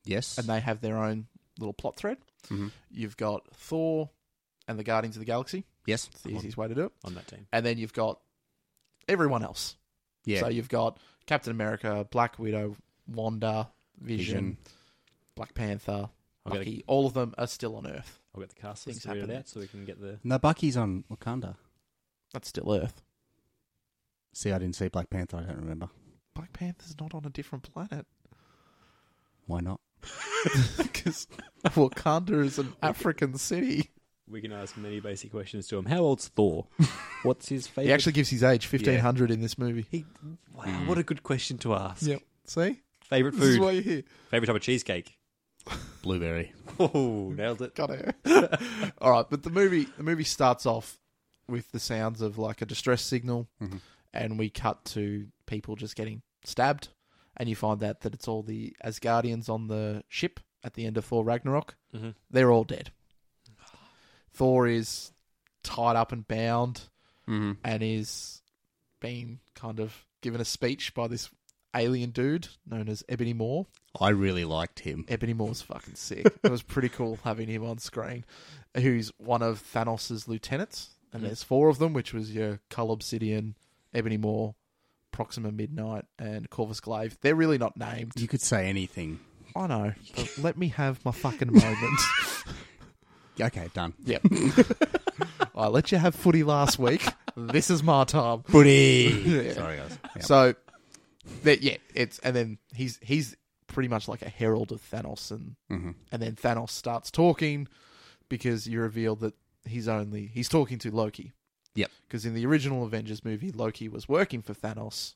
Speaker 2: Yes.
Speaker 1: and they have their own little plot thread.
Speaker 2: Mhm.
Speaker 1: You've got Thor and the Guardians of the Galaxy.
Speaker 2: Yes.
Speaker 1: It's the easiest way to do it.
Speaker 3: On that team,
Speaker 1: And then you've got everyone else.
Speaker 2: Yeah.
Speaker 1: So you've got Captain America, Black Widow, Wanda, Vision,
Speaker 2: Vision.
Speaker 1: Black Panther,
Speaker 3: I'll get,
Speaker 1: Bucky. All of them are still on Earth.
Speaker 3: I'll get the cast list
Speaker 1: Things
Speaker 3: to read it
Speaker 1: happen.
Speaker 3: out so we can get the.
Speaker 2: No, Bucky's on Wakanda.
Speaker 1: That's still Earth.
Speaker 2: See, I didn't see Black Panther. I don't remember.
Speaker 1: Black Panther's not on a different planet
Speaker 2: Why not?
Speaker 1: because Wakanda is an African city.
Speaker 3: We can ask many basic questions to him. How old's Thor? What's his favorite?
Speaker 1: He actually gives his age, fifteen hundred, in this movie.
Speaker 3: He, wow, what a good question to ask.
Speaker 1: Yep. See,
Speaker 3: Favorite
Speaker 1: this is
Speaker 3: food?
Speaker 1: why you're here.
Speaker 3: Favorite type of cheesecake?
Speaker 2: Blueberry.
Speaker 3: Oh, nailed it.
Speaker 1: Got it. All right, but the movie the movie starts off with the sounds of like a distress signal,
Speaker 2: Mhm.
Speaker 1: and we cut to people just getting stabbed, and you find out that it's all the Asgardians on the ship at the end of Thor Ragnarok.
Speaker 3: Mhm.
Speaker 1: They're all dead. Thor is tied up and bound,
Speaker 2: Mm-hmm.
Speaker 1: and is being kind of given a speech by this alien dude known as Ebony Moore.
Speaker 2: I really liked him.
Speaker 1: Ebony Moore's fucking sick. it was pretty cool having him on screen, who's one of Thanos' lieutenants. And
Speaker 3: Mm.
Speaker 1: there's four of them, which was your Cull Obsidian, Ebony Moore, Proxima Midnight, and Corvus Glaive. They're really not named.
Speaker 2: You could say anything.
Speaker 1: I know. but let me have my fucking moment.
Speaker 2: Okay, done.
Speaker 1: yep. I let you have footy last week. This is my time.
Speaker 2: Footy.
Speaker 1: Yeah.
Speaker 2: Sorry, guys. Yeah.
Speaker 1: So, that yeah, it's and then he's he's pretty much like a herald of Thanos, and
Speaker 2: Mhm.
Speaker 1: and then Thanos starts talking because you reveal that he's only he's talking to Loki.
Speaker 2: Yep.
Speaker 1: Because in the original Avengers movie, Loki was working for Thanos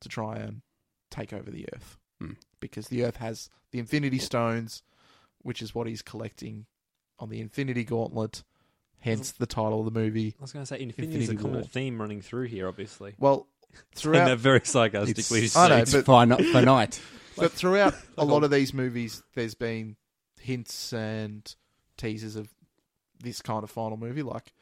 Speaker 1: to try and take over the Earth.
Speaker 2: Hmm.
Speaker 1: because the Earth has the Infinity Stones, which is what he's collecting on the Infinity Gauntlet. Hence
Speaker 2: Mm-hmm.
Speaker 1: the title of the movie.
Speaker 3: I was going to say Infinity is a
Speaker 1: Infinity
Speaker 3: common
Speaker 1: War.
Speaker 3: theme running through here, obviously.
Speaker 1: Well,
Speaker 3: And they're
Speaker 1: throughout
Speaker 3: very sarcastically.
Speaker 1: It's- I know,
Speaker 3: said.
Speaker 1: but-
Speaker 2: Fini- finite.
Speaker 1: but throughout a lot of these movies, there's been hints and teasers of this kind of final movie. Like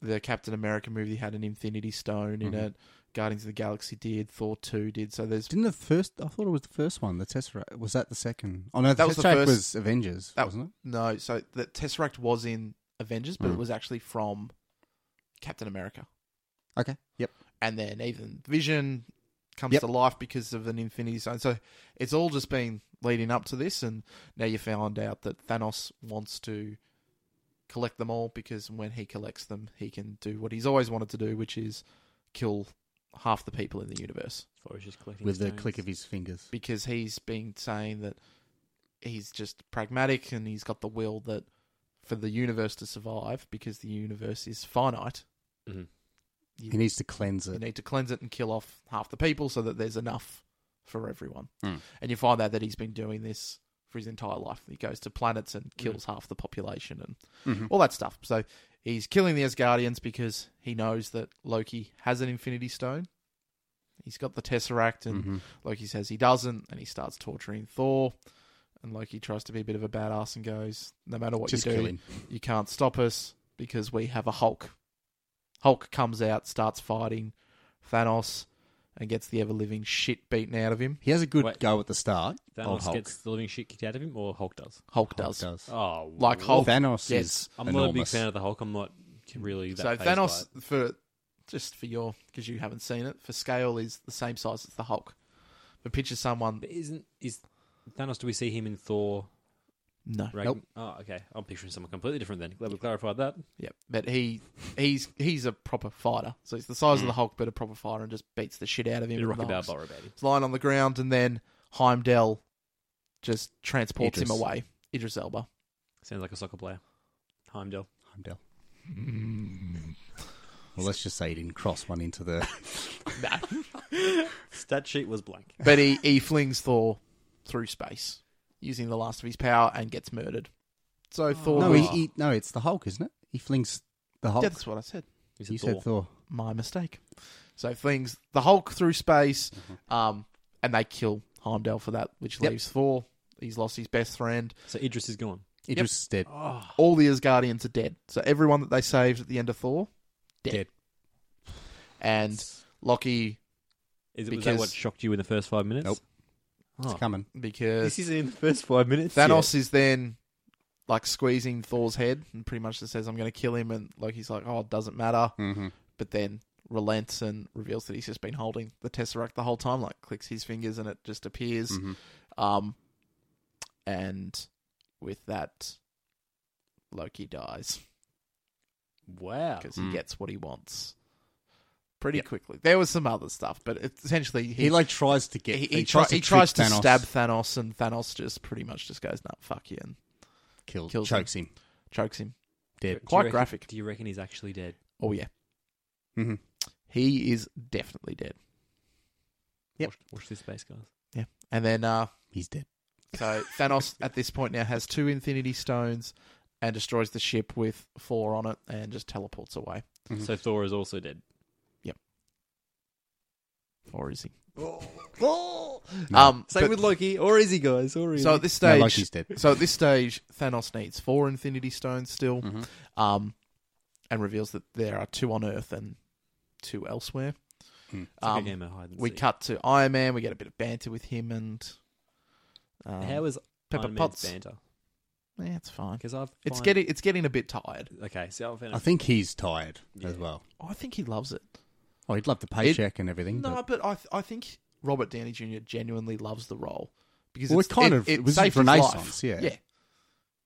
Speaker 1: the Captain America movie had an Infinity Stone in
Speaker 2: Mhm.
Speaker 1: it. Guardians of the Galaxy did. Thor two did. So there's
Speaker 2: Didn't the first? I thought it was the first one. The Tesseract was that the second? Oh no,
Speaker 1: That
Speaker 2: the Tesseract
Speaker 1: was
Speaker 2: was,
Speaker 1: the first-
Speaker 2: Avengers,
Speaker 1: that-
Speaker 2: wasn't
Speaker 1: no. So the Tesseract was in Avengers, but it
Speaker 2: Mm.
Speaker 1: was actually from Captain America.
Speaker 2: it? Okay. Yep.
Speaker 1: And then even Vision comes
Speaker 2: Yep.
Speaker 1: to life because of an Infinity Stone. So it's all just been leading up to this, and now you found out that Thanos wants to collect them all because when he collects them, he can do what he's always wanted to do, which is kill half the people in the universe.
Speaker 3: Thought it was just collecting
Speaker 2: With the
Speaker 3: stones.
Speaker 2: click of his fingers.
Speaker 1: Because he's been saying that he's just pragmatic and he's got the will that for the universe to survive, because the universe is finite,
Speaker 3: Mhm.
Speaker 2: He needs to cleanse
Speaker 1: you
Speaker 2: it.
Speaker 1: need to cleanse it and kill off half the people so that there's enough for everyone.
Speaker 2: Mm.
Speaker 1: And you find out that he's been doing this for his entire life. He goes to planets
Speaker 2: Hmm.
Speaker 1: and kills half the population and
Speaker 2: Mhm.
Speaker 1: Mm-hmm. all that stuff. So he's killing the Asgardians because he knows that Loki has an Infinity Stone. He's got the Tesseract, and
Speaker 2: Mhm.
Speaker 1: Loki says he doesn't, and he starts torturing Thor. And Loki tries to be a bit of a badass and goes, "No matter what
Speaker 2: Just
Speaker 1: you do,
Speaker 2: kill him.
Speaker 1: you can't stop us because we have a Hulk. Hulk comes out, starts fighting Thanos, and gets the ever living shit beaten out of him.
Speaker 2: He has a good
Speaker 3: Wait.
Speaker 2: go at the start. Old
Speaker 3: Mm-hmm. Thanos
Speaker 2: Hulk.
Speaker 3: gets the living shit kicked out of him, or Hulk does.
Speaker 1: Hulk,
Speaker 2: Hulk
Speaker 1: does.
Speaker 3: Oh,
Speaker 1: Like Hulk
Speaker 2: Thanos
Speaker 1: gets-
Speaker 2: is
Speaker 3: I'm
Speaker 2: enormous.
Speaker 3: not a big fan of the Hulk. I'm not really that.
Speaker 1: So
Speaker 3: fazed by
Speaker 1: Thanos,
Speaker 3: it.
Speaker 1: for just for your because you haven't seen it, for scale is the same size as the Hulk. But picture someone
Speaker 3: But isn't is Thanos? Do we see him in Thor?
Speaker 1: no,
Speaker 3: Ragn-
Speaker 2: Nope.
Speaker 3: Oh, okay. I'm picturing someone completely different. Then glad we clarified that.
Speaker 1: yeah, but he he's he's a proper fighter. So he's the size of the Hulk, but a proper fighter, and just beats the shit out of him. and
Speaker 3: Bit of Rocky
Speaker 1: the Hulk's-
Speaker 3: Balboa about him.
Speaker 1: He's lying on the ground, and then Heimdall just transports him
Speaker 2: Idris.
Speaker 1: away. Idris Elba.
Speaker 3: Sounds like a soccer player. Heimdall.
Speaker 2: Heimdall.
Speaker 1: Mm.
Speaker 2: Well, let's just say he didn't cross one into the.
Speaker 3: Stat sheet was blank.
Speaker 1: But he, he flings Thor through space using the last of his power and gets murdered. So Thor.
Speaker 2: no, he,
Speaker 1: was-
Speaker 2: he, no, it's the Hulk, isn't it? He flings the Hulk.
Speaker 1: Yeah, that's what I said.
Speaker 3: He said
Speaker 2: you
Speaker 3: Thor.
Speaker 2: said Thor.
Speaker 1: My mistake. So flings the Hulk through space, um, and they kill Heimdall for that, which
Speaker 2: Yep.
Speaker 1: leaves Thor. He's lost his best friend.
Speaker 3: So Idris is gone.
Speaker 2: Idris is dead.
Speaker 3: Oh,
Speaker 1: All the Asgardians are dead. So everyone that they saved at the end of Thor, dead.
Speaker 2: Dead.
Speaker 1: And Loki,
Speaker 3: is it was that
Speaker 1: Because-
Speaker 3: what shocked you in the first five minutes?
Speaker 2: Nope.
Speaker 3: Oh.
Speaker 2: It's coming.
Speaker 1: because
Speaker 3: This is in the first five minutes.
Speaker 1: Thanos is then like squeezing Thor's head and pretty much just says, "I'm going to kill him," and Loki's like, "Oh, it doesn't matter."
Speaker 2: Mm-hmm.
Speaker 1: but then relents and reveals that he's just been holding the tesseract the whole time. Like clicks his fingers and it just appears.
Speaker 2: Mm-hmm.
Speaker 1: Um, and with that, Loki dies
Speaker 3: Yeah. Wow.
Speaker 1: because he
Speaker 2: Mm.
Speaker 1: gets what he wants pretty
Speaker 2: Yep.
Speaker 1: quickly. There was some other stuff, but it, essentially he
Speaker 2: He like tries to
Speaker 1: he,
Speaker 2: get.
Speaker 1: he, try-
Speaker 2: tries to,
Speaker 1: he tries to
Speaker 2: trick Thanos,
Speaker 1: stab Thanos, and Thanos just pretty much just goes, "No, fuck you," and
Speaker 2: kill,
Speaker 1: kills him.
Speaker 2: chokes him.
Speaker 1: chokes him.
Speaker 2: Dead.
Speaker 3: Do you
Speaker 1: Quite
Speaker 3: reckon-
Speaker 1: graphic.
Speaker 3: Do you reckon he's actually dead?
Speaker 1: Oh yeah,
Speaker 2: Mm-hmm.
Speaker 1: he is definitely dead.
Speaker 2: Yep.
Speaker 3: Watch, watch this space, guys.
Speaker 1: And then uh,
Speaker 2: He's dead.
Speaker 1: So Thanos at this point now has two Infinity Stones and destroys the ship with four on it and just teleports away.
Speaker 2: Mhm.
Speaker 3: So Thor is also dead.
Speaker 1: Or is he?
Speaker 3: Oh.
Speaker 2: No.
Speaker 1: Um, but-
Speaker 3: Loki, or is he, guys? Or
Speaker 1: so at this
Speaker 2: No,
Speaker 1: stage,
Speaker 2: like he's dead.
Speaker 1: so at this stage, Thanos needs four Infinity Stones still,
Speaker 2: Mhm.
Speaker 1: um, and reveals that there are two on Earth and two elsewhere.
Speaker 2: Mm.
Speaker 1: Um,
Speaker 3: game of hide and
Speaker 1: we
Speaker 3: seek.
Speaker 1: cut to Iron Man. We get a bit of banter with him and um,
Speaker 3: How is
Speaker 1: Pepper
Speaker 3: Iron Man's
Speaker 1: Potts.
Speaker 3: banter?
Speaker 1: Yeah, it's fine.
Speaker 3: Because I've
Speaker 1: It's
Speaker 3: find-
Speaker 1: getting it's getting a bit tired.
Speaker 3: okay. So I've found
Speaker 2: I think he's tired as
Speaker 3: Yeah.
Speaker 2: well.
Speaker 1: I think he loves it.
Speaker 2: Oh, he'd love the paycheck and everything.
Speaker 1: No,
Speaker 2: but,
Speaker 1: but, I th- I think Robert Downey Jr. genuinely loves the role because
Speaker 2: Well,
Speaker 1: it's,
Speaker 2: it kind of- it was
Speaker 1: saved his
Speaker 2: Renaissance,
Speaker 1: life.
Speaker 2: yeah.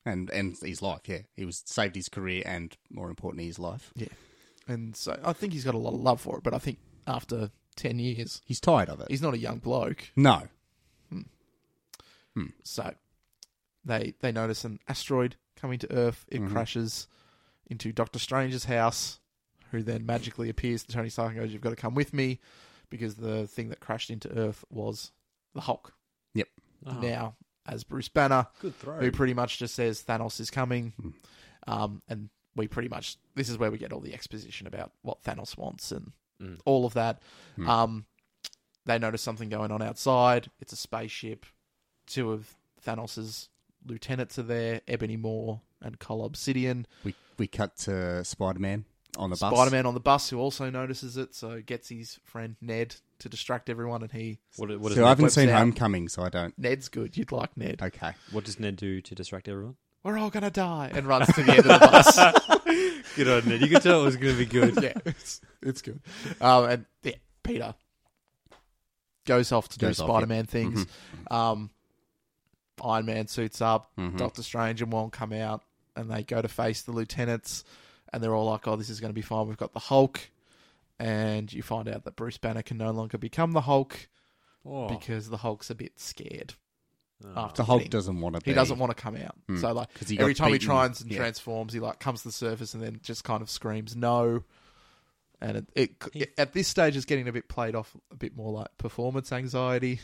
Speaker 2: and and his life. Yeah, he was saved his career and more importantly his life.
Speaker 1: and so I think he's got a lot of love for it. But I think after ten years,
Speaker 2: He's tired of it.
Speaker 1: he's not a young bloke,
Speaker 2: no.
Speaker 1: so they they notice an asteroid coming to Earth. It
Speaker 2: Mhm.
Speaker 1: crashes into Doctor Strange's house, who then magically appears to Tony Stark and goes, "You've got to come with me," because the thing that crashed into Earth was the Hulk.
Speaker 2: Yep.
Speaker 3: Oh,
Speaker 1: now as Bruce Banner,
Speaker 3: Good throw.
Speaker 1: who pretty much just says Thanos is coming,
Speaker 2: Hmm.
Speaker 1: um, and we pretty much this is where we get all the exposition about what Thanos wants and
Speaker 3: Mm.
Speaker 1: all of that.
Speaker 2: Hmm.
Speaker 1: Um, they notice something going on outside. It's a spaceship. Two of Thanos's lieutenants are there: Ebony Moore and Cole Obsidian.
Speaker 2: We we cut to Spider Man on the bus.
Speaker 1: Spider Man on the bus, who also notices it, so gets his friend Ned to distract everyone, and he
Speaker 3: What, what, does
Speaker 2: So I
Speaker 3: Ned,
Speaker 2: haven't
Speaker 1: Whips
Speaker 2: seen
Speaker 1: out.
Speaker 2: Homecoming, so I don't.
Speaker 1: Ned's good. You'd like Ned.
Speaker 2: Okay.
Speaker 3: what does Ned do to distract everyone?
Speaker 1: We're all gonna die, and runs to the end of the bus.
Speaker 3: Good on Ned. You could tell it was going to be good.
Speaker 1: yeah, it's, it's good. Um, and yeah, Peter goes off to
Speaker 2: Goes
Speaker 1: do
Speaker 2: off,
Speaker 1: Spider Man things.
Speaker 2: Mm-hmm.
Speaker 1: Um, Iron Man suits up.
Speaker 2: Mm-hmm.
Speaker 1: Doctor Strange and Wong come out, and they go to face the lieutenants, and they're all like, "Oh, this is going to be fine. We've got the Hulk." And you find out that Bruce Banner can no longer become the Hulk
Speaker 3: Oh.
Speaker 1: because the Hulk's a bit scared.
Speaker 3: Oh.
Speaker 1: after-
Speaker 2: The Hulk doesn't want to.
Speaker 1: He doesn't want to come out.
Speaker 2: Hmm.
Speaker 1: So like
Speaker 2: 'Cause he got
Speaker 1: every time he
Speaker 2: beaten.
Speaker 1: tries and
Speaker 2: Yeah.
Speaker 1: transforms, he like comes to the surface and then just kind of screams no. And it, it,
Speaker 3: He-
Speaker 1: it- at this stage is getting a bit played off a bit more like performance anxiety.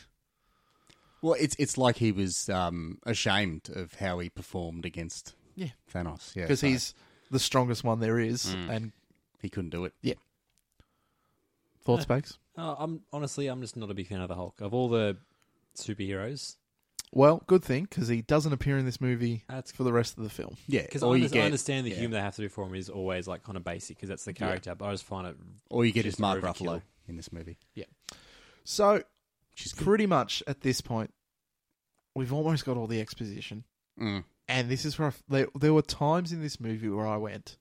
Speaker 2: Well, it's it's like he was um, ashamed of how he performed against
Speaker 1: Yeah.
Speaker 2: Thanos. Yeah, Mm.
Speaker 1: because
Speaker 2: so
Speaker 1: he's the strongest one there is. And
Speaker 2: he couldn't do it.
Speaker 1: thoughts, Bakes?
Speaker 3: Uh, I'm honestly, I'm just not a big fan of the Hulk. Of all the superheroes,
Speaker 1: Well, good thing because he doesn't appear in this movie
Speaker 3: that's
Speaker 1: for the rest of the film.
Speaker 2: Yeah,
Speaker 3: because I,
Speaker 2: all you
Speaker 3: under- I
Speaker 2: get,
Speaker 3: understand the
Speaker 2: yeah.
Speaker 3: humor they have to do for him is always like kind of basic because that's the character. But I just find it
Speaker 2: all you get
Speaker 3: just
Speaker 2: is Mark
Speaker 3: overkill.
Speaker 2: Ruffalo in this movie.
Speaker 1: So
Speaker 2: She's good.
Speaker 1: pretty much at this point, we've almost got all the exposition.
Speaker 2: Mm.
Speaker 1: And this is where I f there, there were times in this movie where I went,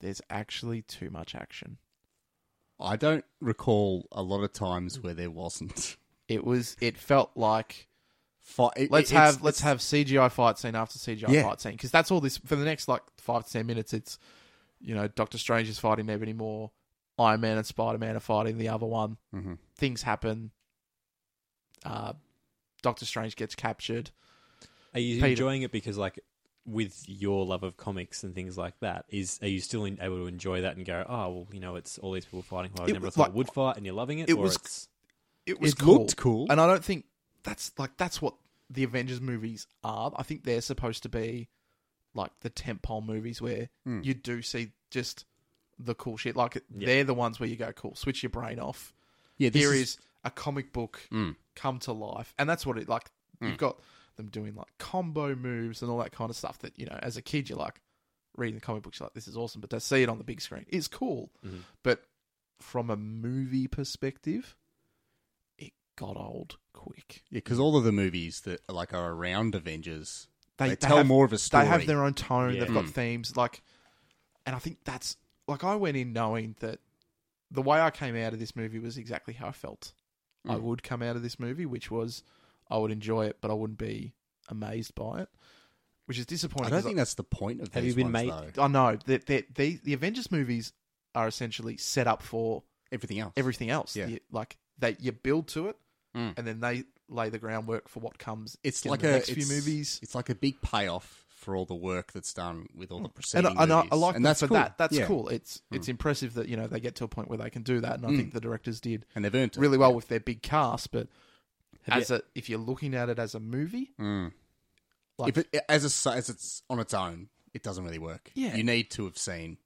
Speaker 1: "There's actually too much action."
Speaker 2: I don't recall a lot of times where there wasn't.
Speaker 1: It was. It felt like
Speaker 2: Fi- it-
Speaker 1: let's
Speaker 2: it's-
Speaker 1: have
Speaker 2: it's-
Speaker 1: let's have CGI fight scene after CGI
Speaker 2: Yeah.
Speaker 1: fight scene because that's all this for the next like five to ten minutes. It's you know Doctor Strange is fighting Ebony Moore, Iron Man and Spider Man are fighting the other one.
Speaker 2: Mhm.
Speaker 1: Things happen. Uh, Doctor Strange gets captured.
Speaker 3: Are you
Speaker 1: Peter.
Speaker 3: enjoying it because, like, with your love of comics and things like that, is are you still in, able to enjoy that and go, oh, well, you know, it's all these people fighting who I
Speaker 1: It
Speaker 3: never
Speaker 1: was
Speaker 3: thought
Speaker 1: like-
Speaker 3: would fight, and you're loving it?
Speaker 1: it
Speaker 3: or
Speaker 1: was-
Speaker 3: it's,
Speaker 1: It was
Speaker 2: It
Speaker 1: cool.
Speaker 2: looked cool.
Speaker 1: And I don't think that's like that's what the Avengers movies are. I think they're supposed to be like the tentpole movies where
Speaker 2: Mm.
Speaker 1: you do see just the cool shit. Like
Speaker 3: Yeah.
Speaker 1: they're the ones where you go, cool, switch your brain off.
Speaker 2: yeah, this
Speaker 1: Here
Speaker 2: is-
Speaker 1: is a comic book
Speaker 2: Mm.
Speaker 1: come to life, and that's what it like.
Speaker 2: Hmm.
Speaker 1: You've got them doing like combo moves and all that kind of stuff that you know as a kid you're like reading the comic books you're like this is awesome, but to see it on the big screen is cool.
Speaker 2: Mm-hmm.
Speaker 3: Mhm.
Speaker 1: But from a movie perspective, it got old quick.
Speaker 2: Yeah, because all of the movies that like are around Avengers,
Speaker 1: They-
Speaker 2: they,
Speaker 1: they
Speaker 2: tell
Speaker 1: have-
Speaker 2: more of a story.
Speaker 1: They have their own tone.
Speaker 3: Yeah.
Speaker 1: They've got
Speaker 2: Mm.
Speaker 1: themes. Like, and I think that's like I went in knowing that the way I came out of this movie was exactly how I felt I
Speaker 2: Mm.
Speaker 1: would come out of this movie, which was I would enjoy it, but I wouldn't be amazed by it, which is
Speaker 2: I
Speaker 1: disappointing.
Speaker 2: don't
Speaker 1: 'cause
Speaker 2: think that's the point of
Speaker 3: Have
Speaker 2: these
Speaker 3: you been
Speaker 2: ones,
Speaker 3: made-
Speaker 2: though.
Speaker 1: I know that that the the Avengers movies are essentially set up for
Speaker 2: Everything else,
Speaker 1: everything else.
Speaker 2: Yeah.
Speaker 1: You- like they you build to it,
Speaker 2: Mm.
Speaker 1: and then they lay the groundwork for what comes.
Speaker 2: it's
Speaker 1: in
Speaker 2: like
Speaker 1: the
Speaker 2: a
Speaker 1: next
Speaker 2: it's,
Speaker 1: few movies.
Speaker 2: It's like a big payoff for all the work that's done with all the
Speaker 1: and,
Speaker 2: preceding
Speaker 1: I- and I,
Speaker 2: movies.
Speaker 1: I like
Speaker 2: and
Speaker 1: them
Speaker 2: that's
Speaker 1: for
Speaker 2: cool.
Speaker 1: that. That's
Speaker 2: Yeah. Mm.
Speaker 1: cool. It's it's impressive that you know they get to a point where they can do that, and I think the directors did
Speaker 2: and they've earned it.
Speaker 1: really well with their big cast. But
Speaker 3: Have
Speaker 1: as a, if you're looking at it as a movie,
Speaker 2: Mm.
Speaker 1: like
Speaker 2: if it as a, as it's on its own, it doesn't really work.
Speaker 1: Yeah.
Speaker 2: you need to have seen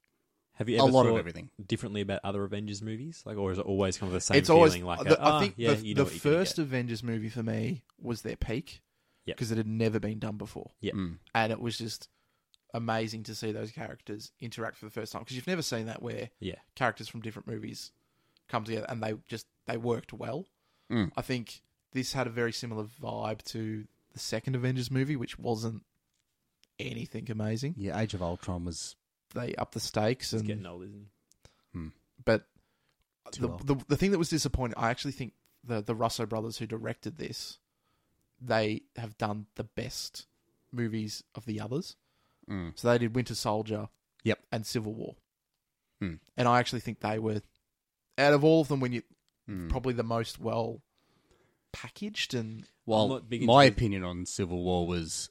Speaker 3: have you
Speaker 2: a
Speaker 3: ever
Speaker 2: lot of
Speaker 3: thought
Speaker 2: everything.
Speaker 3: differently about other Avengers movies? Like, or is it always kind of the same
Speaker 1: it's
Speaker 3: feeling?
Speaker 1: always
Speaker 3: like,
Speaker 1: the,
Speaker 3: a, "Ah,
Speaker 1: I think
Speaker 3: yeah,
Speaker 1: the,
Speaker 3: you know
Speaker 1: the
Speaker 3: what you're gonna
Speaker 1: first
Speaker 3: get."
Speaker 1: Avengers movie for me was their peak
Speaker 3: Yep.
Speaker 1: because it had never been done before,
Speaker 3: Yeah.
Speaker 2: Mm.
Speaker 1: and it was just amazing to see those characters interact for the first time because you've never seen that where
Speaker 3: Yeah.
Speaker 1: characters from different movies come together and they just they worked well.
Speaker 2: Mm.
Speaker 1: I think this had a very similar vibe to the second Avengers movie, which wasn't anything amazing.
Speaker 2: Yeah, Age of Ultron was
Speaker 1: They upped the stakes
Speaker 3: He's
Speaker 1: and
Speaker 3: getting old, isn't
Speaker 1: but
Speaker 2: Too
Speaker 1: the,
Speaker 2: well.
Speaker 1: the the thing that was disappointing, I actually think the the Russo brothers who directed this, they have done the best movies of the others.
Speaker 2: mm.
Speaker 1: So they did Winter Soldier,
Speaker 2: Yep.
Speaker 1: and Civil War,
Speaker 2: Hmm.
Speaker 1: and I actually think they were out of all of them when you
Speaker 2: Mm.
Speaker 1: probably the most well packaged and
Speaker 3: I'm
Speaker 2: Well,
Speaker 3: not big into
Speaker 2: my
Speaker 3: the-
Speaker 2: opinion on Civil War was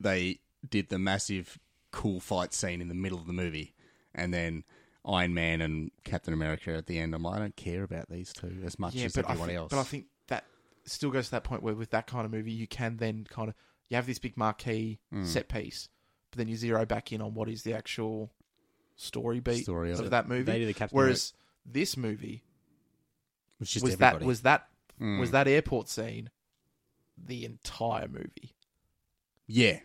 Speaker 2: they did the massive cool fight scene in the middle of the movie, and then Iron Man and Captain America at the end. I'm like, I don't care about these two as much as
Speaker 1: but I
Speaker 2: everyone
Speaker 1: think,
Speaker 2: else.
Speaker 1: But I think that still goes to that point where with that kind of movie, you can then kind of you have this big marquee
Speaker 2: Mm.
Speaker 1: set piece, but then you zero back in on what is the actual story beat
Speaker 2: Story of
Speaker 1: of
Speaker 2: it.
Speaker 1: that movie.
Speaker 3: They do the Captain
Speaker 1: Whereas this movie
Speaker 2: It's just
Speaker 1: was
Speaker 2: everybody.
Speaker 1: that was that
Speaker 2: Mm.
Speaker 1: was that airport scene the entire movie.
Speaker 2: yeah.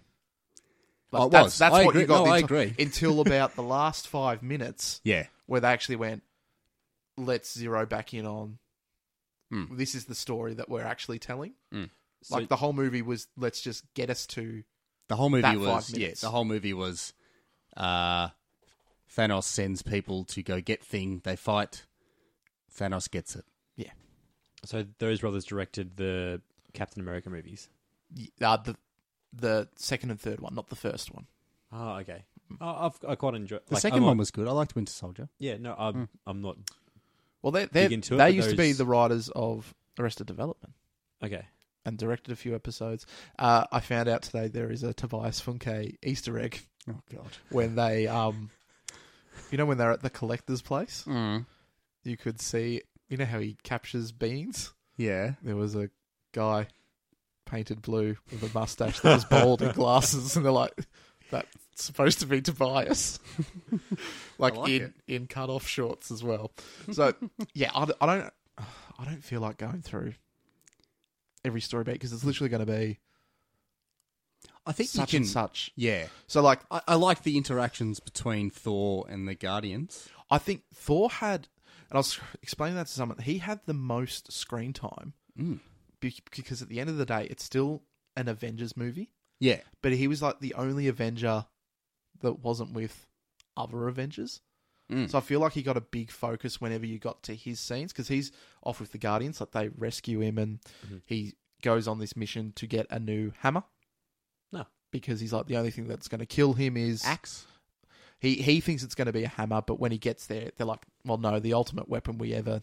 Speaker 1: Like,
Speaker 2: Oh, it
Speaker 1: that's,
Speaker 2: was.
Speaker 1: That's
Speaker 2: I
Speaker 1: what
Speaker 2: agree.
Speaker 1: you got.
Speaker 2: No,
Speaker 1: the
Speaker 2: I
Speaker 1: enti-
Speaker 2: agree.
Speaker 1: Until about the last five minutes,
Speaker 2: Yeah.
Speaker 1: where they actually went, "Let's zero back in on
Speaker 2: Mm.
Speaker 1: this is the story that we're actually telling."
Speaker 3: So-
Speaker 1: like the whole movie was, let's just get us to
Speaker 2: The whole movie
Speaker 1: That five
Speaker 2: was yeah,
Speaker 1: minutes.
Speaker 2: the whole movie was uh Thanos sends people to go get thing, they fight, Thanos gets it.
Speaker 3: so those brothers directed the Captain America movies.
Speaker 1: uh, the the second and third one, not the first one.
Speaker 3: Oh, okay.
Speaker 1: Mm.
Speaker 3: Oh, I've, I quite enjoy.
Speaker 2: The second one was good. I liked Winter Soldier.
Speaker 3: Yeah, no, I'm, I'm not.
Speaker 1: Well, they they
Speaker 3: Dig into it,
Speaker 1: they
Speaker 3: but
Speaker 1: used to be
Speaker 3: those-
Speaker 1: the writers of Arrested Development
Speaker 3: Okay.
Speaker 1: and directed a few episodes. Uh, I found out today there is a Tobias Funke Easter egg
Speaker 2: Oh god.
Speaker 1: when they um, you know, when they're at the collector's place.
Speaker 2: Mm.
Speaker 1: you could see you know how he captures beans
Speaker 2: Yeah.
Speaker 1: there was a guy painted blue with a mustache that was bald and glasses and they're like that's supposed to be tobias like,
Speaker 2: I like
Speaker 1: in
Speaker 2: it.
Speaker 1: in cut off shorts as well so yeah I, d- I don't i don't feel like going through every story beat because it's literally going to be
Speaker 2: I think
Speaker 1: such
Speaker 2: you
Speaker 1: and
Speaker 2: can
Speaker 1: such
Speaker 2: Yeah.
Speaker 1: so like
Speaker 2: I, I like the interactions between Thor and the Guardians.
Speaker 1: I think Thor had, and I was explaining that to someone. He had the most screen time
Speaker 2: Mm.
Speaker 1: be- because at the end of the day, it's still an Avengers movie,
Speaker 2: Yeah.
Speaker 1: but he was like the only Avenger that wasn't with other Avengers.
Speaker 2: Mm.
Speaker 1: So I feel like he got a big focus whenever you got to his scenes because he's off with the Guardians, like they rescue him and
Speaker 3: Mhm.
Speaker 1: he goes on this mission to get a new hammer.
Speaker 3: No.
Speaker 1: Because he's like the only thing that's going to kill him is
Speaker 2: Axe.
Speaker 1: he he thinks it's going to be a hammer, but when he gets there, they're like, "Well, no, the ultimate weapon we ever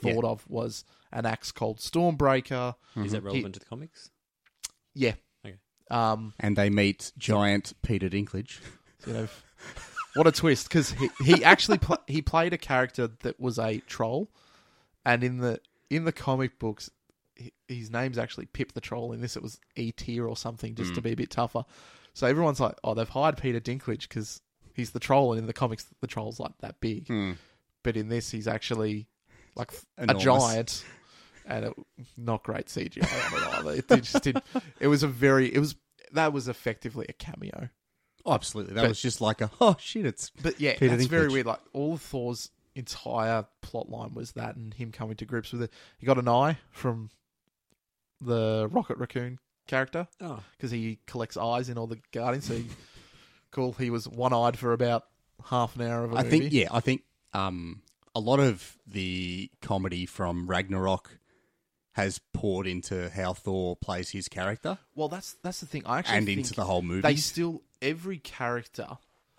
Speaker 2: Yeah.
Speaker 1: thought of was an axe called Stormbreaker."
Speaker 3: Is that
Speaker 2: Mhm.
Speaker 3: relevant to the comics?
Speaker 1: Yeah.
Speaker 3: Okay.
Speaker 1: Um,
Speaker 2: And they meet giant Peter Dinklage.
Speaker 1: you know, what a twist because he he actually pl- he played a character that was a troll, and in the in the comic books. hi- His name's actually Pip the Troll. In this, it was ET or something, just to be a bit tougher. So everyone's like, "Oh, they've hired Peter Dinklage because he's the troll." And in the comics, the troll's like that
Speaker 2: Hmm.
Speaker 1: big. but in this he's actually like
Speaker 2: Enormous.
Speaker 1: a giant and it, not great CGI on it either. It, did- just did. It was a very. It was that was effectively a cameo.
Speaker 2: Oh, absolutely. That
Speaker 1: But-
Speaker 2: was just like a oh shit, it's
Speaker 1: But yeah,
Speaker 2: Peter
Speaker 1: that's very
Speaker 2: Dinklage.
Speaker 1: weird. Like all of Thor's entire plot line was that, and him coming to grips with it. He got an eye from the Rocket Raccoon character
Speaker 3: Oh,
Speaker 1: because he collects eyes in all the Guardians. So he, cool. He was one eyed for about half an hour of a
Speaker 2: I
Speaker 1: movie.
Speaker 2: think yeah, I think um, a lot of the comedy from Ragnarok has poured into how Thor plays his character
Speaker 1: Well, that's that's the thing. I actually
Speaker 2: and
Speaker 1: think
Speaker 2: into the whole movie. mm,
Speaker 1: they still every character,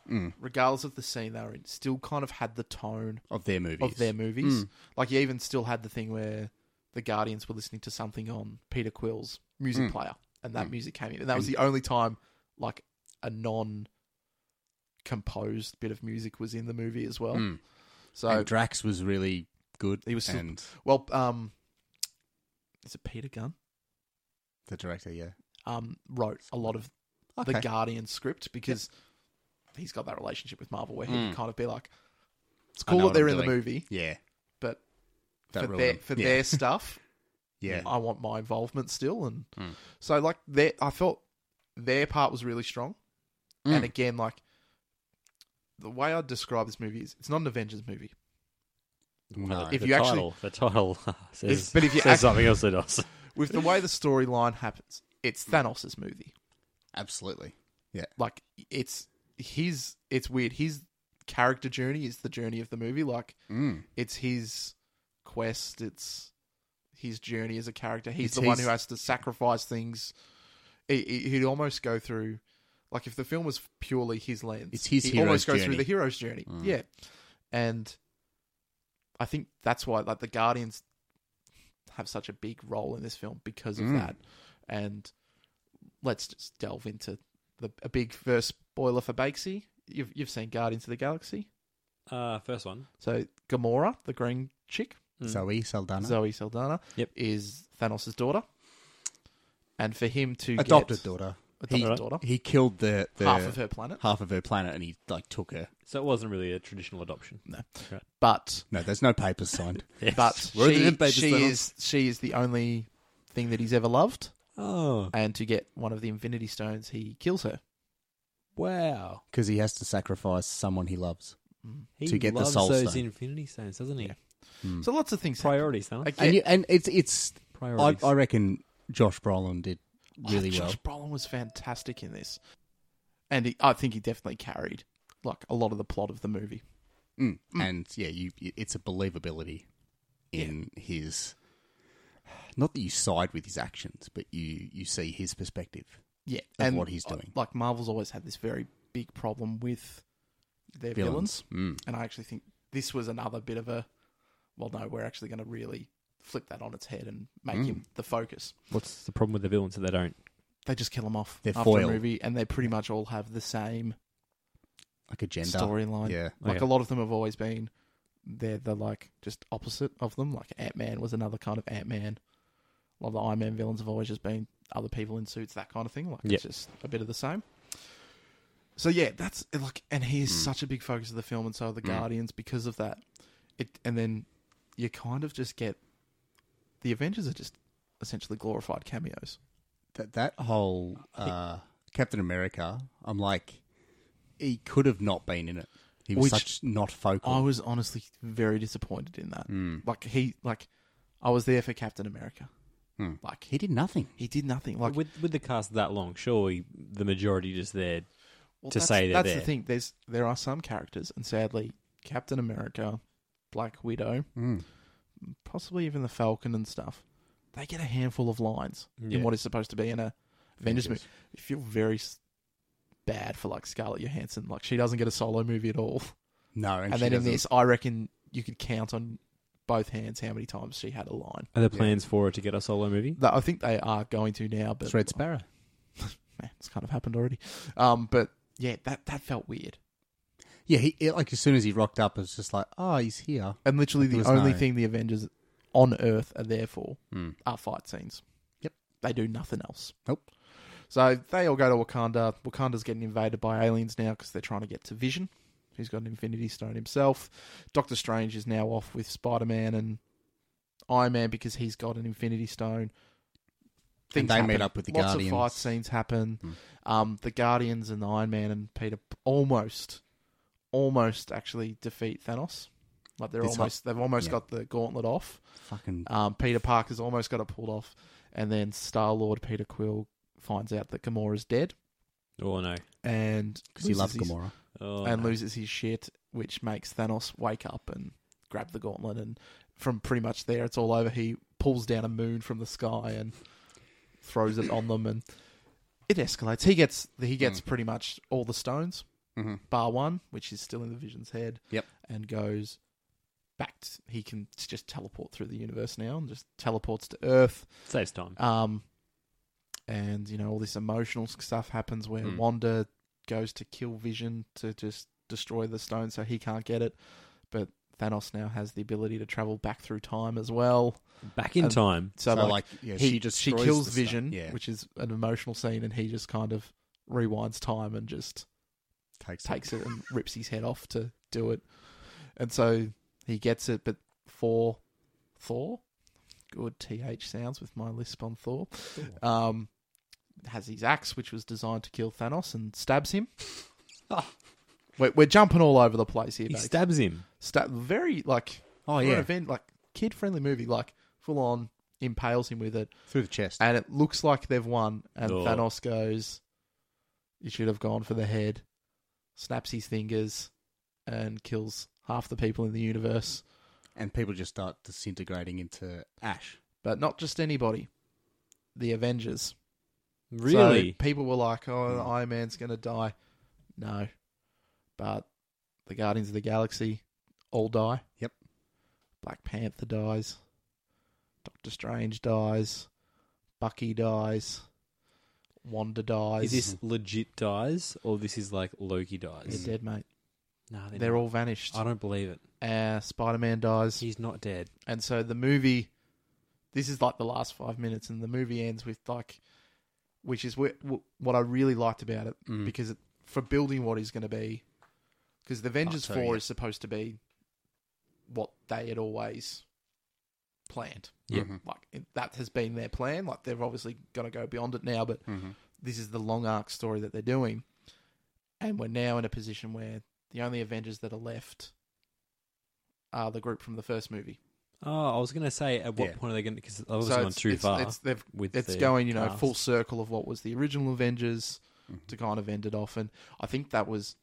Speaker 1: regardless of the scene they were in, still kind of had the tone
Speaker 2: of their movies.
Speaker 1: of their
Speaker 2: Mm.
Speaker 1: movies. Like you even still had the thing where the Guardians were listening to something on Peter Quill's
Speaker 2: Hmm.
Speaker 1: music player, and that music came in, and that was the only time like a non composed bit of music was in the movie as well.
Speaker 2: Mm.
Speaker 1: So
Speaker 2: and Drax was really good.
Speaker 1: He was still-
Speaker 2: and
Speaker 1: well, um, is it Peter Gunn?
Speaker 2: the director, yeah.
Speaker 1: Um, wrote a lot of
Speaker 2: Okay.
Speaker 1: the Guardian script because he's got that relationship with Marvel where he can
Speaker 2: Mm.
Speaker 1: kind of be like, it's
Speaker 2: I
Speaker 1: cool
Speaker 2: know
Speaker 1: that
Speaker 2: what
Speaker 1: they're
Speaker 2: I'm
Speaker 1: in the
Speaker 2: doing.
Speaker 1: movie,
Speaker 2: yeah.
Speaker 1: but
Speaker 2: Don't
Speaker 1: for
Speaker 2: ruin
Speaker 1: their
Speaker 2: them.
Speaker 1: for
Speaker 2: yeah.
Speaker 1: their stuff,
Speaker 2: yeah.
Speaker 1: I want my involvement still, and
Speaker 2: Mm.
Speaker 1: so like their I felt their part was really strong,
Speaker 2: Mm.
Speaker 1: and again like the way I describe this movie is it's not an Avengers movie.
Speaker 2: No.
Speaker 1: if
Speaker 3: the
Speaker 1: you actually-
Speaker 3: title, the title says,
Speaker 1: but if you
Speaker 3: says
Speaker 1: act-
Speaker 3: something else, it does.
Speaker 1: With the way the storyline happens, it's Thanos' movie.
Speaker 2: Absolutely.
Speaker 1: like it's his it's weird his character journey is the journey of the movie like
Speaker 2: Mm.
Speaker 1: it's his quest it's his journey as a character he's
Speaker 2: It's
Speaker 1: the one
Speaker 2: his-
Speaker 1: who has to sacrifice things he, he- he'd almost go through like if the film was purely his lens
Speaker 2: It's his
Speaker 1: he
Speaker 2: hero's
Speaker 1: almost goes
Speaker 2: journey. Mm.
Speaker 1: through the hero's journey yeah and i think that's why like the guardians have such a big role in this film because of
Speaker 2: Mm.
Speaker 1: that and let's just delve into the a big first spoiler for Bakesy. You've you've seen Guardians of the Galaxy,
Speaker 3: Uh, first one.
Speaker 1: so Gamora, the green chick,
Speaker 2: Zoe Saldana.
Speaker 1: Zoe Saldana
Speaker 3: Yep.
Speaker 1: is Thanos' daughter. And for him to
Speaker 2: adopted
Speaker 1: get
Speaker 2: daughter.
Speaker 1: adopted
Speaker 3: He-
Speaker 1: daughter,
Speaker 2: He killed the, the
Speaker 1: half of her planet.
Speaker 2: half of her planet, and he like took her.
Speaker 3: So it wasn't really a traditional adoption.
Speaker 1: But
Speaker 2: No, there's no papers signed.
Speaker 1: but
Speaker 2: Where did
Speaker 1: she,
Speaker 2: it, baby
Speaker 1: she
Speaker 2: Thanos?
Speaker 1: is she is the only thing that he's ever loved.
Speaker 3: Oh
Speaker 1: And to get one of the Infinity Stones, he kills her.
Speaker 3: wow!
Speaker 2: because he has to sacrifice someone he loves.
Speaker 3: He
Speaker 2: To get the
Speaker 3: loves
Speaker 2: Soul
Speaker 3: those
Speaker 2: Stone.
Speaker 3: Infinity Stones, doesn't he?
Speaker 1: Yeah. So lots of things. happen.
Speaker 3: Priorities, Thanos.
Speaker 1: Again,
Speaker 2: And you, and it's it's I,
Speaker 3: Priorities.
Speaker 2: I reckon Josh Brolin did
Speaker 1: oh,
Speaker 2: really well.
Speaker 1: Josh Brolin was fantastic in this, and he, I think he definitely carried like a lot of the plot of the movie.
Speaker 2: Mm. And yeah, you it's a believability in his not that you side with his actions, but you you see his perspective.
Speaker 1: Yeah,
Speaker 2: Of
Speaker 1: and
Speaker 2: what he's
Speaker 1: uh,
Speaker 2: doing.
Speaker 1: Like Marvel's always had this very big problem with their villains,
Speaker 2: Mm.
Speaker 1: and I actually think this was another bit of a. Well, no, we're actually going to really flip that on its head and make
Speaker 2: Mm.
Speaker 1: him the focus.
Speaker 3: What's the problem with the villains that they don't?
Speaker 1: They just kill him off
Speaker 2: They're
Speaker 1: after
Speaker 2: foil.
Speaker 1: a movie, and they pretty much all have the same
Speaker 2: Like a gender.
Speaker 1: storyline.
Speaker 2: Yeah.
Speaker 1: Like
Speaker 3: Okay.
Speaker 1: a lot of them have always been, they're the like just opposite of them. Like Ant Man was another kind of Ant Man. A lot of the Iron Man villains have always just been other people in suits, that kind of thing. Like
Speaker 3: Yep.
Speaker 1: it's just a bit of the same. So yeah, that's like, and he is
Speaker 2: Mm.
Speaker 1: such a big focus of the film, and so are the
Speaker 2: Mm.
Speaker 1: Guardians because of that. It and then you kind of just get the Avengers are just essentially glorified cameos.
Speaker 2: That that whole uh, Captain America, I'm like he could have not been in it. He was
Speaker 1: Which-
Speaker 2: such not focal.
Speaker 1: I was honestly very disappointed in that.
Speaker 2: Mm.
Speaker 1: Like he, like I was there for Captain America.
Speaker 2: Mm.
Speaker 1: Like
Speaker 2: He did nothing.
Speaker 1: He did nothing. Like
Speaker 3: with with the cast that long, surely the majority just there.
Speaker 1: well,
Speaker 3: to
Speaker 1: that's,
Speaker 3: say they're
Speaker 1: that's
Speaker 3: there.
Speaker 1: the thing. There's there are some characters, and sadly, Captain America, Black Widow,
Speaker 2: Mm.
Speaker 1: possibly even the Falcon and stuff. They get a handful of lines
Speaker 3: Yeah.
Speaker 1: in what is supposed to be in a Avengers
Speaker 2: Avengers.
Speaker 1: movie. I feel very s- bad for like Scarlett Johansson. Like she doesn't get a solo movie at all.
Speaker 2: No, and,
Speaker 1: And,
Speaker 2: she
Speaker 1: then in
Speaker 2: doesn't-
Speaker 1: this, I reckon you could count on both hands how many times she had a line.
Speaker 3: Are there plans for it to get a solo movie?
Speaker 1: That- I think they are going to now, but
Speaker 2: it's Red Sparrow.
Speaker 1: man, it's kind of happened already. Um, but yeah, that that felt weird.
Speaker 2: Yeah, he it, like as soon as he rocked up, it's just like, oh, he's here.
Speaker 1: And literally,
Speaker 2: There
Speaker 1: the
Speaker 2: was
Speaker 1: only
Speaker 2: no-
Speaker 1: thing the Avengers on Earth are there for
Speaker 2: Mm.
Speaker 1: are fight scenes.
Speaker 2: Yep.
Speaker 1: They do nothing else.
Speaker 2: Nope.
Speaker 1: So they all go to Wakanda. Wakanda's getting invaded by aliens now because they're trying to get to Vision, who's got an Infinity Stone himself. Doctor Strange is now off with Spider Man and Iron Man because he's got an Infinity Stone.
Speaker 2: And they meet
Speaker 1: happen.
Speaker 2: up with the
Speaker 1: Lots
Speaker 2: Guardians.
Speaker 1: Of fight scenes happen.
Speaker 2: Hmm.
Speaker 1: Um, the Guardians and the Iron Man and Peter p- almost, almost actually defeat Thanos. Like they're
Speaker 2: It's hot.
Speaker 1: almost, they've almost
Speaker 2: Yeah.
Speaker 1: got the gauntlet off.
Speaker 2: Fucking
Speaker 1: Um, Peter Parker's almost got it pulled off, and then Star Lord Peter Quill finds out that Gamora's dead
Speaker 3: Oh no!
Speaker 1: and
Speaker 2: because he
Speaker 1: loses
Speaker 2: loves
Speaker 1: his-
Speaker 2: Gamora.
Speaker 3: Oh,
Speaker 1: and
Speaker 3: no.
Speaker 1: loses his shit, which makes Thanos wake up and grab the gauntlet. And from pretty much there, it's all over. He pulls down a moon from the sky and throws it on them, and it escalates. He gets he gets
Speaker 2: Mm.
Speaker 1: pretty much all the stones,
Speaker 2: Mhm.
Speaker 1: bar one, which is still in the Vision's head.
Speaker 2: Yep.
Speaker 1: and goes back. To, he can just teleport through the universe now and just teleports to Earth.
Speaker 3: saves time.
Speaker 1: Um, and you know all this emotional stuff happens where
Speaker 2: Mm.
Speaker 1: Wanda goes to kill Vision to just destroy the stone so he can't get it, but Thanos now has the ability to travel back through time as well.
Speaker 3: Back in
Speaker 1: and-
Speaker 3: time.
Speaker 1: So, like,
Speaker 2: yeah,
Speaker 1: he, she
Speaker 2: just
Speaker 1: she kills Vision,
Speaker 2: Yeah,
Speaker 1: which is an emotional scene, and he just kind of rewinds time and just
Speaker 2: takes
Speaker 1: takes it and rips his head off to do it. And so he gets it, but for Thor, good TH sounds with my lisp on Thor, um, has his axe, which was designed to kill Thanos, and stabs him. we're, we're jumping all over the place here,
Speaker 3: He
Speaker 1: mate.
Speaker 3: stabs him.
Speaker 1: Sta- very, like,
Speaker 2: Oh
Speaker 1: for an
Speaker 2: yeah,
Speaker 1: event, like, kid friendly movie, like, full on impales him with it.
Speaker 2: through the chest.
Speaker 1: And it looks like they've won. And
Speaker 3: Oh.
Speaker 1: Thanos goes, You should have gone for the head. Snaps his fingers and kills half the people in the universe.
Speaker 2: and people just start disintegrating into ash.
Speaker 1: But not just anybody, the Avengers.
Speaker 3: Really?
Speaker 1: So people were like, Oh,
Speaker 2: Hmm.
Speaker 1: Iron Man's going to die. No. But the Guardians of the Galaxy all die.
Speaker 2: Yep.
Speaker 1: Black Panther dies. Doctor Strange dies. Bucky dies. Wanda dies.
Speaker 3: is this legit dies or this is like Loki dies?
Speaker 1: You're dead, mate.
Speaker 3: No, they're,
Speaker 1: They're
Speaker 3: not.
Speaker 1: all vanished.
Speaker 3: I don't believe it.
Speaker 1: Uh, Spider Man dies.
Speaker 3: He's not dead.
Speaker 1: And so the movie, this is like the last five minutes, and the movie ends with like, which is wh- wh- what I really liked about it
Speaker 2: Mm.
Speaker 1: because it, for building what he's going to be, because the Avengers
Speaker 2: so,
Speaker 1: Four
Speaker 2: yeah.
Speaker 1: is supposed to be what they had always planned.
Speaker 3: Yeah.
Speaker 2: Mhm.
Speaker 1: Like it- that has been their plan. Like they've obviously got to go beyond it now, but
Speaker 2: Mhm.
Speaker 1: this is the long arc story that they're doing, and we're now in a position where the only Avengers that are left are the group from the first movie.
Speaker 3: Oh, I was gonna say, at what
Speaker 2: Yeah.
Speaker 3: point are they gonna? Because I've obviously gone too far
Speaker 1: It's, they've-
Speaker 3: with
Speaker 1: it's
Speaker 3: the
Speaker 1: going, you know,
Speaker 3: cast. Mm-hmm.
Speaker 1: full circle of what was the original Avengers
Speaker 2: Mhm.
Speaker 1: to kind of end it off, and I think that was,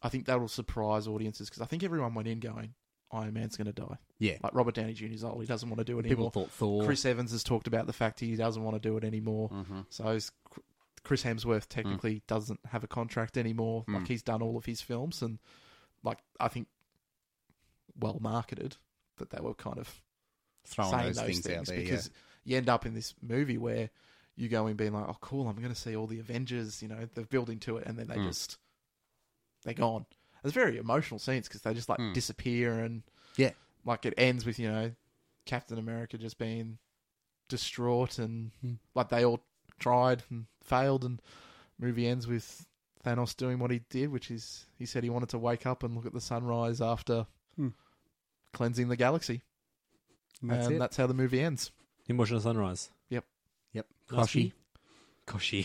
Speaker 1: I think that will surprise audiences because I think everyone went in going, Iron Man's going to die.
Speaker 2: Yeah.
Speaker 1: Like Robert Downey Jr.'s old; he doesn't want to do it
Speaker 2: People
Speaker 1: anymore.
Speaker 2: thought Thor.
Speaker 1: Chris Evans has talked about the fact he doesn't want to do it anymore.
Speaker 2: Mhm.
Speaker 1: So is Chris Hemsworth technically doesn't have a contract anymore.
Speaker 2: Mm.
Speaker 1: Like he's done all of his films, and like I think well marketed that they were kind of
Speaker 2: Throwing
Speaker 1: saying
Speaker 2: those, things, out there.
Speaker 1: because you end up in this movie where you go in being like, "Oh, cool! I'm going to see all the Avengers." You know, they're building to it, and then they
Speaker 2: Mm.
Speaker 1: just they're gone. It's very emotional scenes because they just like
Speaker 2: Mm.
Speaker 1: disappear and
Speaker 2: Yeah.
Speaker 1: like it ends with you know Captain America just being distraught and
Speaker 2: Mm.
Speaker 1: like they all tried and failed, and movie ends with Thanos doing what he did, which is he said he wanted to wake up and look at the sunrise after
Speaker 2: Mm.
Speaker 1: cleansing the galaxy
Speaker 2: yeah. That's
Speaker 1: and
Speaker 2: it.
Speaker 1: that's how the movie ends.
Speaker 3: Him watching the sunrise.
Speaker 2: yep.
Speaker 3: Koshi. Koshi.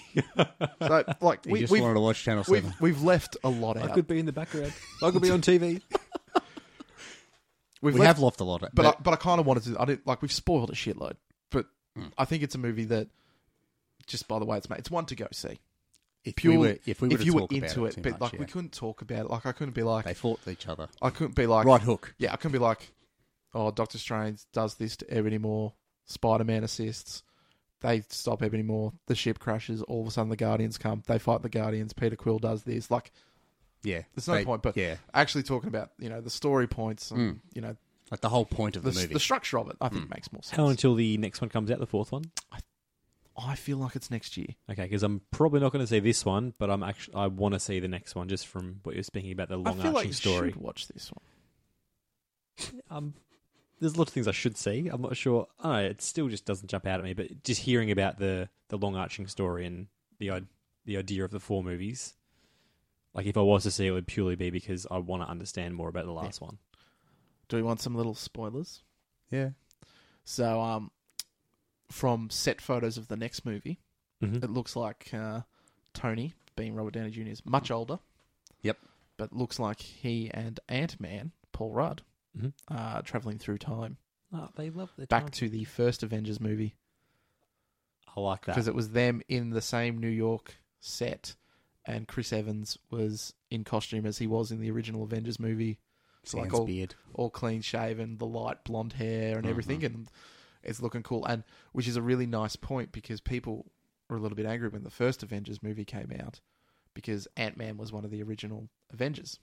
Speaker 1: So, like,
Speaker 2: We,
Speaker 1: we,
Speaker 2: just
Speaker 1: we've,
Speaker 2: wanted to watch Channel Seven.
Speaker 1: we've, we've left a lot
Speaker 3: I
Speaker 1: out.
Speaker 3: could be in the background. I could be on TV.
Speaker 1: We've
Speaker 2: We
Speaker 1: left,
Speaker 2: have left a lot, of,
Speaker 1: but I, but I kind of wanted to. I didn't like we've spoiled a shitload, but
Speaker 2: Mm.
Speaker 1: I think it's a movie that, just by the way it's made, it's one to go see
Speaker 2: if
Speaker 1: pure-
Speaker 2: we were, if we were
Speaker 1: if
Speaker 2: to
Speaker 1: you were
Speaker 2: talk about
Speaker 1: into it.
Speaker 2: too
Speaker 1: but
Speaker 2: much,
Speaker 1: like
Speaker 2: yeah.
Speaker 1: we couldn't talk about it. Like I couldn't be like
Speaker 2: they fought each other.
Speaker 1: I couldn't be like
Speaker 2: right hook.
Speaker 1: yeah I couldn't be like oh Doctor Strange does this to Ebony Moore, Spider Man assists. They stop Ebony Moore. The ship crashes. All of a sudden, the Guardians come. They fight the Guardians. Peter Quill does this. Like,
Speaker 2: Yeah,
Speaker 1: there's no
Speaker 2: They-
Speaker 1: point. But
Speaker 2: yeah,
Speaker 1: actually talking about you know the story points and
Speaker 2: Mm.
Speaker 1: you know
Speaker 2: like the whole point of
Speaker 1: the,
Speaker 2: the,
Speaker 1: the,
Speaker 2: movie.
Speaker 1: structure of it i think
Speaker 2: Mm.
Speaker 1: makes more sense
Speaker 3: How long until the next one comes out? The fourth one.
Speaker 1: i feel like it's next year
Speaker 3: Okay, because I'm probably not going to see this one, but I'm actually I want to see the next one just from what you're speaking about the
Speaker 1: i
Speaker 3: long
Speaker 1: feel
Speaker 3: arching
Speaker 1: like you
Speaker 3: story.
Speaker 1: should watch this one
Speaker 3: Um, there's a lot of things I should see. I'm not sure. I don't know, it still just doesn't jump out at me. But just hearing about the the long arching story and the i- the idea of the four movies, like if I was to see it, it would purely be because I want to understand more about the last one.
Speaker 1: do we want some little spoilers
Speaker 2: yeah,
Speaker 1: so um from set photos of the next movie
Speaker 3: Mm-hmm.
Speaker 1: it looks like uh, tony being robert downey jr is much older
Speaker 2: Yep.
Speaker 1: but looks like he and ant-man paul rudd
Speaker 3: Mhm.
Speaker 2: Mm-hmm.
Speaker 1: are traveling through time
Speaker 3: Oh, they love the
Speaker 1: back to the first avengers movie
Speaker 3: I like that.
Speaker 1: because it was them in the same New York set, and Chris Evans was in costume as he was in the original Avengers movie,
Speaker 2: Sans
Speaker 1: like all-
Speaker 2: beard.
Speaker 1: all clean shaven, the light blonde hair, and everything,
Speaker 2: Mhm.
Speaker 1: and it's looking cool. And which is a really nice point because people were a little bit angry when the first Avengers movie came out because Ant Man was one of the original Avengers,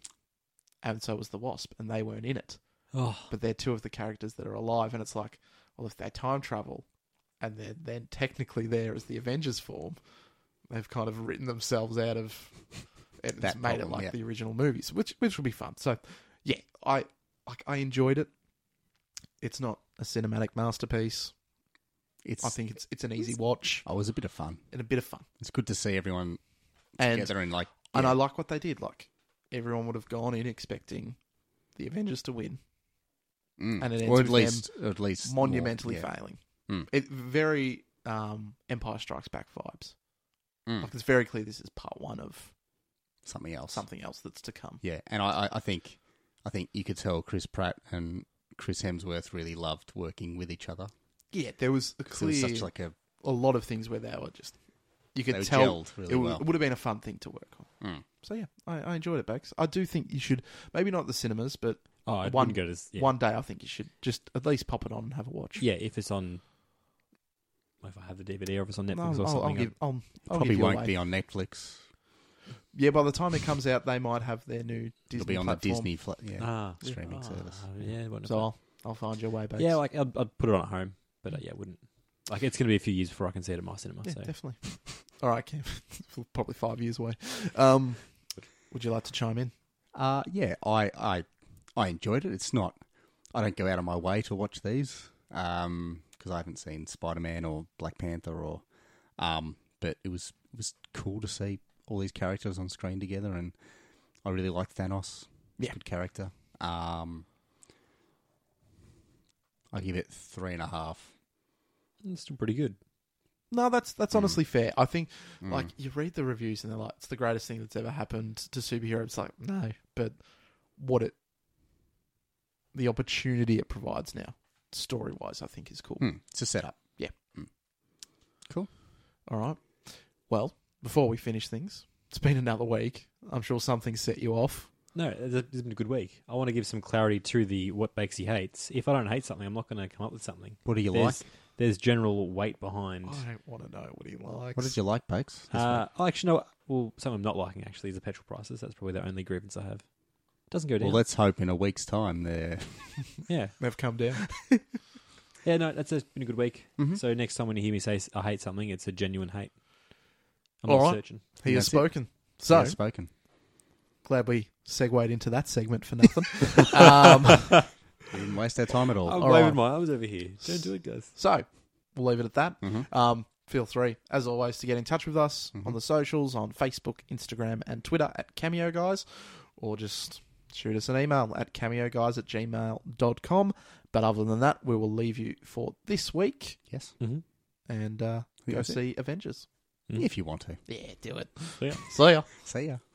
Speaker 1: and so was the Wasp, and they weren't in it
Speaker 3: oh,
Speaker 1: but they're two of the characters that are alive, and it's like, well, if they time travel, and they're then technically there as the Avengers form, they've kind of written themselves out of. It's
Speaker 2: That
Speaker 1: made
Speaker 2: problem,
Speaker 1: it like
Speaker 2: yeah.
Speaker 1: the original movies, which which will be fun. So, yeah, I like I enjoyed it. It's not a cinematic masterpiece.
Speaker 2: It's.
Speaker 1: I think it's it's an easy watch
Speaker 2: oh, it was a bit of fun.
Speaker 1: and a bit of fun,
Speaker 2: It's good to see everyone
Speaker 1: and
Speaker 2: together and like.
Speaker 1: and
Speaker 2: yeah.
Speaker 1: I like what they did. Like everyone would have gone in expecting the Avengers to win,
Speaker 2: Mm.
Speaker 1: and it ends
Speaker 2: or at
Speaker 1: with
Speaker 2: least, or at least more-
Speaker 1: monumentally
Speaker 2: yeah.
Speaker 1: failing.
Speaker 2: Mm.
Speaker 1: It very um, Empire Strikes Back vibes.
Speaker 2: Mm.
Speaker 1: Like it's very clear this is part one of
Speaker 2: Something else.
Speaker 1: something else that's to come.
Speaker 2: Yeah, and I, I, I think, I think you could tell Chris Pratt and Chris Hemsworth really loved working with each other.
Speaker 1: Yeah, there was a
Speaker 2: 'Cause it was
Speaker 1: clear
Speaker 2: such like a
Speaker 1: a lot of things where they were just you
Speaker 2: they
Speaker 1: could
Speaker 2: were
Speaker 1: tell
Speaker 2: gelled really
Speaker 1: it, w-
Speaker 2: well.
Speaker 1: would have been a fun thing to work on.
Speaker 2: Mm.
Speaker 1: So yeah, I, I enjoyed it, Bax. I do think you should maybe not at the cinemas, but
Speaker 3: oh, I
Speaker 1: One-
Speaker 3: wouldn't go to s- yeah.
Speaker 1: one day I think you should just at least pop it on and have a watch.
Speaker 3: Yeah, if it's on, if I have the DVD or if it's on Netflix
Speaker 1: I'll,
Speaker 3: or
Speaker 1: I'll- I'll
Speaker 3: something,
Speaker 1: give, I'll, I'll
Speaker 2: Probably
Speaker 1: give you
Speaker 2: won't
Speaker 1: away.
Speaker 2: be on Netflix.
Speaker 1: Yeah, by the time it comes out, they might have their new Disney.
Speaker 2: It'll be on
Speaker 1: platform.
Speaker 2: the Disney. Fl- yeah,
Speaker 3: ah,
Speaker 2: streaming
Speaker 3: ah,
Speaker 2: service.
Speaker 3: Yeah, wonderful.
Speaker 1: So I'll, I'll find your way, Bax.
Speaker 3: Yeah, like I'd, I'd put it on at home, but uh, yeah, I wouldn't. Like it's going to be a few years before I can see it at my cinema.
Speaker 1: Yeah,
Speaker 3: so
Speaker 1: definitely. All right, Cam. Probably five years away. Um, would you like to chime in?
Speaker 2: Uh, yeah, I, I I enjoyed it. It's not. I don't go out of my way to watch these because I haven't seen Spider Man or Black Panther or. Um, but it was it was cool to see all these characters on screen together, and I really like Thanos. He's a
Speaker 1: Yeah.
Speaker 2: good character. Um, I give it three and a half.
Speaker 3: It's still pretty good.
Speaker 1: No, that's that's honestly fair. I think
Speaker 2: Mm.
Speaker 1: like you read the reviews and they're like, it's the greatest thing that's ever happened to superheroes. It's like no, but what it, the opportunity it provides now, story wise, I think is cool.
Speaker 2: Hmm, it's a setup.
Speaker 1: All right. Well, before we finish things, it's been another week. I'm sure something set you off.
Speaker 3: No, it's it's been a good week. I want to give some clarity to the what bakes he hates. If I don't hate something, I'm not going to come up with something.
Speaker 2: What do you
Speaker 3: there's,
Speaker 2: like?
Speaker 3: There's general weight behind.
Speaker 1: I don't want to know what he likes.
Speaker 2: What did you like, Pokes? this
Speaker 3: Uh, oh, actually, no. Well, something I'm not liking actually is the petrol prices. That's probably the only grievance I have. Doesn't go
Speaker 2: week?
Speaker 3: down.
Speaker 2: Well, let's hope in a week's time there.
Speaker 3: yeah,
Speaker 1: They've come down.
Speaker 3: yeah. No, that's it's been a good week.
Speaker 2: Mhm.
Speaker 3: So next time when you hear me say s- I hate something, it's a genuine hate. I'm
Speaker 1: All
Speaker 3: not
Speaker 1: right.
Speaker 3: searching.
Speaker 1: He
Speaker 2: And
Speaker 1: has
Speaker 2: that's it.
Speaker 1: spoken. So
Speaker 2: Yeah, spoken.
Speaker 1: glad we segued into that segment for nothing. um,
Speaker 2: We didn't waste our time at all.
Speaker 3: I'm
Speaker 1: All
Speaker 3: waving
Speaker 1: right.
Speaker 3: my arms over here. Don't do it, guys.
Speaker 1: So we'll leave it at that.
Speaker 2: Mhm.
Speaker 1: Um, feel free, as always, to get in touch with us on the socials on Facebook, Instagram, and Twitter at Cameo Guys, or just shoot us an email at cameoguys at gmail.com. But other than that, we will leave you for this week
Speaker 2: Yes,
Speaker 3: Mm-hmm.
Speaker 1: and uh,
Speaker 2: I think
Speaker 1: go
Speaker 2: that's it.
Speaker 1: see Avengers.
Speaker 3: Mm.
Speaker 2: if you want to.
Speaker 1: Yeah, do it.
Speaker 3: So, yeah.
Speaker 1: See ya.
Speaker 2: See ya.